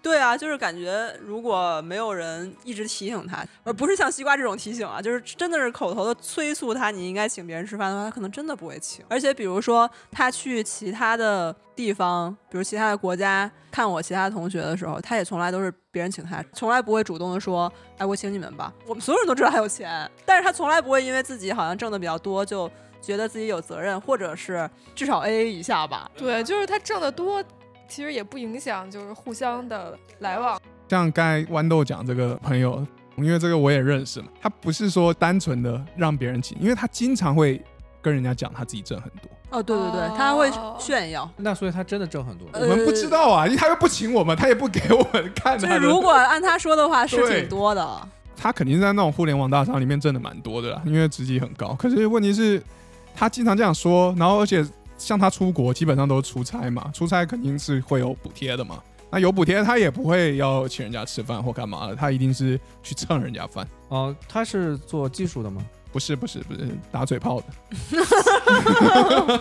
A: 对啊，就是感觉如果没有人一直提醒他，而不是像西瓜这种提醒啊，就是真的是口头的催促他，你应该请别人吃饭的话，他可能真的不会请。而且比如说他去其他的地方，比如其他的国家看我其他同学的时候，他也从来都是别人请他，从来不会主动的说，哎，我请你们吧。我们所有人都知道他有钱，但是他从来不会因为自己好像挣的比较多就。觉得自己有责任，或者是至少 A A 一下吧。
C: 对，就是他挣得多，其实也不影响，就是互相的来往。
B: 像刚才豌豆讲这个朋友，因为这个我也认识嘛，他不是说单纯的让别人请，因为他经常会跟人家讲他自己挣很多，
A: 哦，对对对，他会
C: 哦
A: 炫耀，
D: 那所以他真的挣很多。
A: 呃
B: 我们不知道啊，因为他又不请我们，他也不给我们看
A: 就
B: 他
A: 是
B: 的。
A: 如果按他说的话，是
B: 对
A: 挺多的。
B: 他肯定是在那种互联网大厂里面挣的蛮多的啦，因为职级很高。可是问题是，他经常这样说，然后而且像他出国基本上都是出差嘛，出差肯定是会有补贴的嘛。那有补贴，他也不会要请人家吃饭或干嘛的，他一定是去蹭人家饭。
D: 哦、他是做技术的吗？
B: 不是不是不是打嘴 炮的，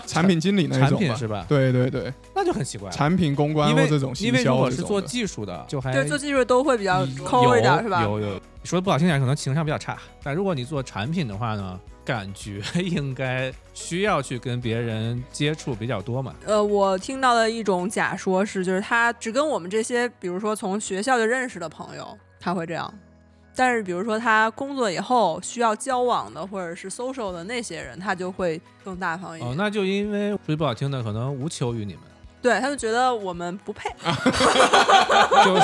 B: 产品经理那一
D: 产
B: 种
D: 品
B: 吧？
D: 是吧？
B: 对对对，
D: 那就很奇怪了。
B: 产品公关
D: 因
B: 或
D: 为
B: 这种
D: 因
B: 行
D: 为如
B: 销
D: 果
B: 这
D: 是
B: 种
D: 做
B: 的，
D: 技术的，就还
A: 就是做技术都会比较
D: 哎嗯有
A: 抠一点，是吧？
D: 有有，说的不好听点，可能情商比较差。但如果你做产品的话呢，感觉 应该需要去跟别人接触比较多嘛。
A: 呃，我听到的一种假说是，就是他只跟我们这些，比如说从学校就认识的朋友，他会这样。但是，比如说他工作以后需要交往的或者是 social 的那些人，他就会更大方一点。
D: 哦，那就因为说句不好听的，可能无求 于你们，
A: 对，他就觉得我们不配。
D: 哦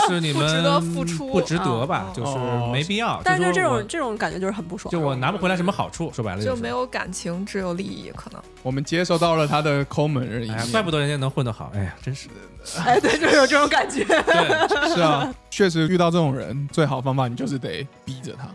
D: 就是你
C: 不
D: 们
C: 值得付出
D: 不值得
C: 嗯
D: 吧
C: 嗯，
D: 就是
B: 哦
D: 没必要。
A: 但是
D: 就
A: 这
D: 我
A: 种这种感觉就是很不爽。
D: 就我拿不回来什么好处，说白了
C: 就是没。有感情，只有利益，可能
B: 我们接收到了他的抠门而已
D: 哎呀，，怪不得人家能混得好，哎呀，真 是。
A: 哎，对，就是有这种感 觉。
D: 对，
B: 是啊，确实遇到这种人，最好方法你就是得逼着
D: 啊
B: 他。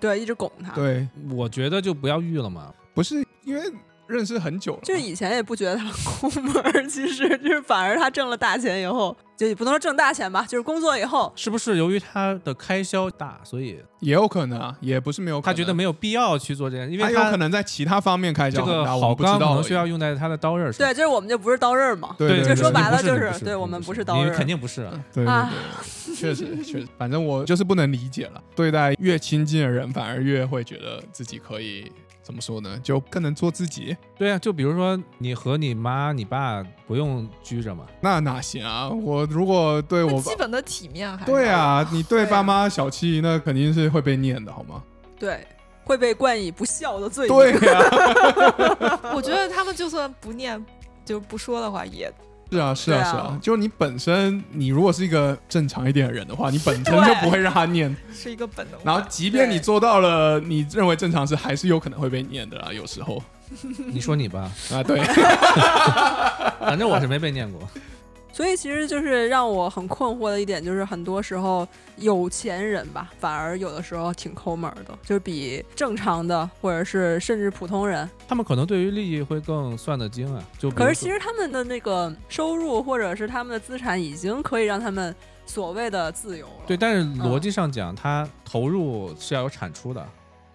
A: 对，一直拱他。
B: 对，
D: 我觉得就不要遇了嘛。
B: 不是因为认识很久了嘛，
A: 就以前也不觉得他抠门儿，其实就是反而他挣了大钱以后，就也不能说挣大钱吧，就是工作以后，
D: 是不是由于他的开销大，所以
B: 也有可能啊，也不是没有可
D: 他
B: 能。
D: 觉得没有必要去做这件，因为
B: 他有
D: 他
B: 可能在其他方面开
D: 哎这
B: 销
D: 个
B: 很大，我
D: 好
B: 们不知
D: 钢可
B: 道而
D: 能
B: 已。
D: 需要用在他的刀刃上
A: 对，。就是我们就不是刀刃嘛，
B: 对对
A: 就
B: 对，
A: 说
B: 对
A: 白了
D: 你不
A: 就是
D: 你不
A: 对我们
D: 你
A: 不
D: 不
A: 是刀
D: 你
A: 刃
D: 肯定不是啊。
B: 对对
A: 啊
B: 对，确实确实，反正我就是不能理解了。对待越亲近的人，反而越会觉得自己可以怎么说呢？就更能做自己。
D: 对啊，就比如说你和你妈、你爸不用拘 着嘛，
B: 那哪行啊？我如果对我爸
C: 基，本的体面还是
B: 对
C: 要
B: 啊，你对
C: 对啊
B: 爸妈小气，那肯定是会被念的，好吗？
A: 对，会被冠以不孝的罪名。
B: 对呀、
C: 有。我觉得他们就算不念，就是不说的话，也
B: 是啊，是啊，
A: 对啊
B: 是啊，就你本身，你如果是一个正常一点的人的话，你本身就
A: 对
B: 不会让他念。
C: 是一个本能。
B: 然后，即便你
A: 对
B: 做到了，你认为正常是，还是有可能会被念的啦。有时候
D: 你说 你吧，
B: 啊，对，
D: 反正我是没被念过。
A: 所以其实就是让我很困惑的一点，就是很多时候有钱人吧，反而有的时候挺抠门儿的，就是比正常的或者是甚至普通人，
D: 他们可能对于利益会更算得精啊。就比如
A: 可是
D: 说
A: 其实他们的那个收入或者是他们的资产已经可以让他们所谓的自由了。
D: 对，但是逻辑上讲，他投入是要有产出的。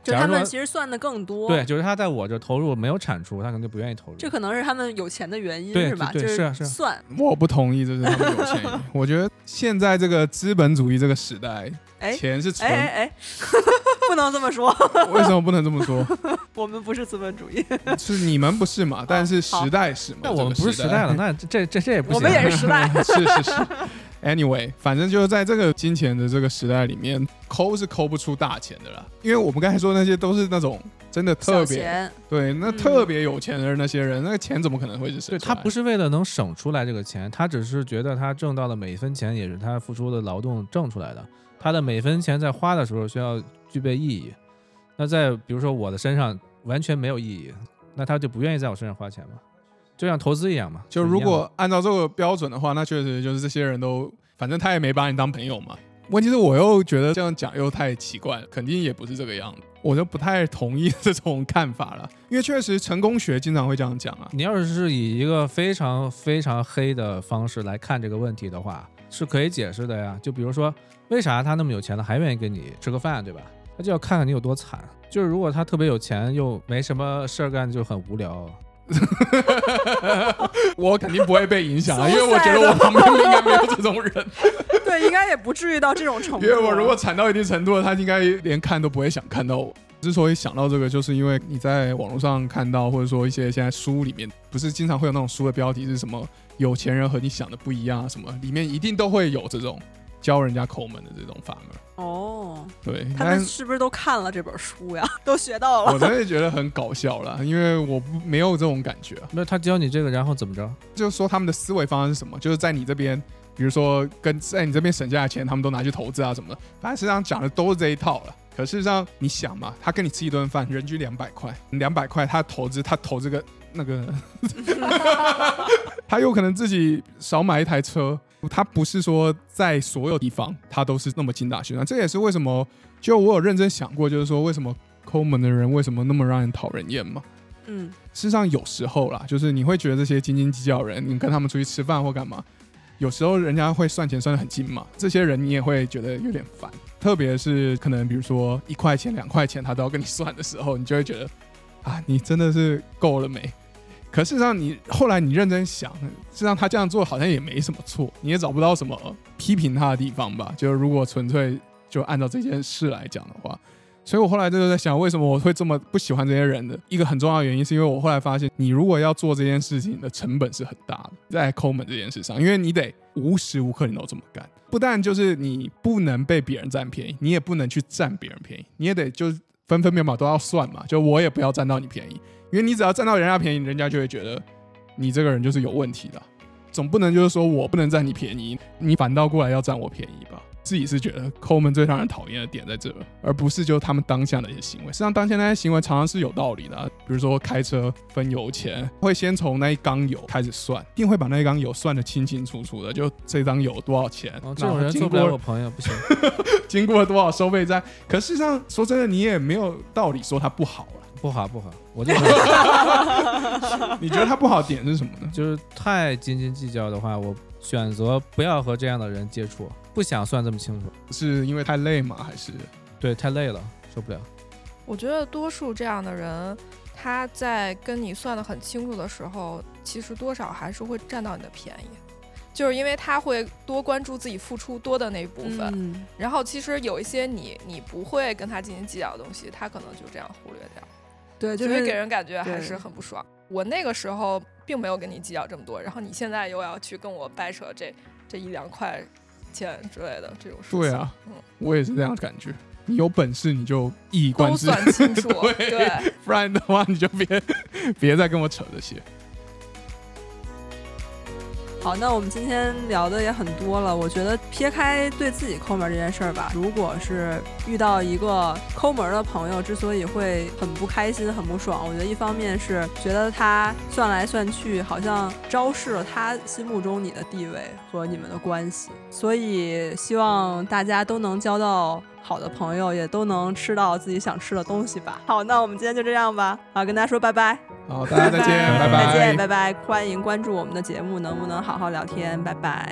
A: 就
D: 假
A: 他
D: 如说
A: 们其实算的更多。
D: 对，，就是他在我这投入没有产出，他可能就不愿意投入。
A: 这可能是他们有钱的原因，
D: 对
A: 是吧？
D: 对
A: 就
D: 对是啊是啊
A: 算，
B: 我不同意，这是他们有钱。我觉得现在这个资本主义这个时代，
A: 哎
B: 钱是
A: 哎
B: 存，
A: 哎哎，不能这么说，
B: 为什么不能这么说？
A: 我们不是资本主义，
B: 是你们不是嘛？但是时代是嘛？
D: 那我们
B: 这
D: 不
B: 个
D: 是时代了，那这这这也不行。啊
A: 我们也是时代。
B: 是是是。Anyway，反正就是在这个金钱的这个时代里面，抠是抠不出大钱的啦。因为我们刚才说那些都是那种真的特
A: 小
B: 别
A: 钱
B: 对，那
A: 嗯
B: 特别有钱的人那些人，那个钱怎么可能会是
D: 对
B: 省出
D: 他
B: 来？
D: 不是为了能省出来这个钱，他只是觉得他挣到的每一分钱也是他付出的劳动挣出来的，他的每分钱在花的时候需要具备意义。那在比如说我的身上完全没有意义，那他就不愿意在我身上花钱嘛，就像投资一样嘛。
B: 就是如
D: 一样的
B: 果按照这个标准的话，那确实就是这些人都，反正他也没把你当朋友嘛。问题是，我又觉得这样讲又太奇怪了，肯定也不是这个样子，我就不太同意这种看法了。因为确实成功学经常会这样讲啊，
D: 你要是以一个非常非常黑的方式来看这个问题的话，是可以解释的呀。就比如说，为啥他那么有钱了还愿意跟你吃个饭，对吧？他就要看看你有多惨。就是如果他特别有钱又没什么事儿干，就很无聊。
B: 我肯定不会被影响啊，因为我觉得我旁边应该没有这种人。
A: 对，应该也不至于到这种程度。 啊
B: 因为我如果惨到一定程度了，他应该连看都不会想看到我。之所以想到这个，就是因为你在网络上看到，或者说一些现在书里面，不是经常会有那种书的标题是什么“有钱人和你想的不一样”啊，什么，里面一定都会有这种教人家抠门的这种反而。
A: 哦，
B: 对，
A: 他
B: 但
A: 们
B: 是
A: 是不是都看了这本书呀？ 都学到了
B: 我真的觉得很搞笑啦，因为我不没有这种感觉啊。
D: 那他教你这个，然后怎么着？
B: 就是说他们的思维方式是什么，就是在你这边，比如说跟在你这边省下的钱，他们都拿去投资啊什么的。反正实际上讲的都是这一套了。可事实上，你想嘛，他跟你吃一顿饭，人均两百块，两百块他投资，他投资个那个，他有可能自己少买一台车。他不是说在所有地方他都是那么精打细算，这也是为什么，就我有认真想过，就是说为什么抠门的人为什么那么让人讨人厌嘛。
A: 嗯，
B: 事实上有时候啦，就是你会觉得这些斤斤计较的人，你跟他们出去吃饭或干嘛，有时候人家会算钱算得很精嘛，这些人你也会觉得有点烦。特别是可能比如说一块钱、两块钱他都要跟你算的时候，你就会觉得啊，你真的是够了没？可事实上你后来你认真想，事实上他这样做好像也没什么错，你也找不到什么批评他的地方吧？就是如果纯粹就按照这件事来讲的话，所以我后来就是在想，为什么我会这么不喜欢这些人的一个很重要的原因，是因为我后来发现，你如果要做这件事情的成本是很大的，在抠门这件事上，因为你得无时无刻你都这么干，不但就是你不能被别人占便宜，你也不能去占别人便宜，你也得就是分分秒秒都要算嘛，就我也不要占到你便宜，因为你只要占到人家便宜，人家就会觉得你这个人就是有问题的，总不能就是说我不能占你便宜，你反倒过来要占我便宜吧？自己是觉得抠门最让人讨厌的点在这，而不是就他们当下的一些行为。实际上，当下那些行为常常是有道理的啊、比如说开车分油钱，会先从那一缸油开始算，一定会把那一缸油算得清清楚楚的，就这缸油多少钱，
D: 哦，这
B: 然后
D: 种人
B: 经
D: 做不了
B: 过
D: 我朋友，不行。
B: 经过多少收费站。可事实上，说真的，你也没有道理说它不好啊 了。
D: 不好不好，我就说
B: 你觉得它不好的点是什么呢？
D: 就是太斤斤计较的话，我选择不要和这样的人接触，不想算这么清楚。
B: 是因为太累吗？还是
D: 对，太累了，受不了。
C: 我觉得多数这样的人，他在跟你算得很清楚的时候，其实多少还是会占到你的便宜，就是因为他会多关注自己付出多的那一部分。
A: 嗯
C: 然后其实有一些你你不会跟他进行计较的东西，他可能就这样忽略掉，
A: 对，就
C: 所
A: 是
C: 以给人感觉还
A: 对
C: 是很不爽。我那个时候并没有跟你计较这么多，然后你现在又要去跟我掰扯这这一两块钱之类的这种事情，
B: 对啊
C: 嗯，
B: 我也是这样感觉。你有本事你就一以贯
C: 都
B: 之，，
C: 算清楚
B: 对
C: 对
B: 不然的话你就别别再跟我扯这些。
A: 好，那我们今天聊的也很多了。我觉得撇开对自己抠门这件事儿吧，如果是遇到一个抠门的朋友，之所以会很不开心、很不爽，我觉得一方面是觉得他算来算去，好像昭示了他心目中你的地位和你们的关系。所以希望大家都能交到好的朋友，也都能吃到自己想吃的东西吧。好，那我们今天就这样吧。好，跟大家说拜拜。
B: 好，大家再见，拜
A: 再见，拜拜！欢迎关注我们的节目，能不能好好聊天？拜拜。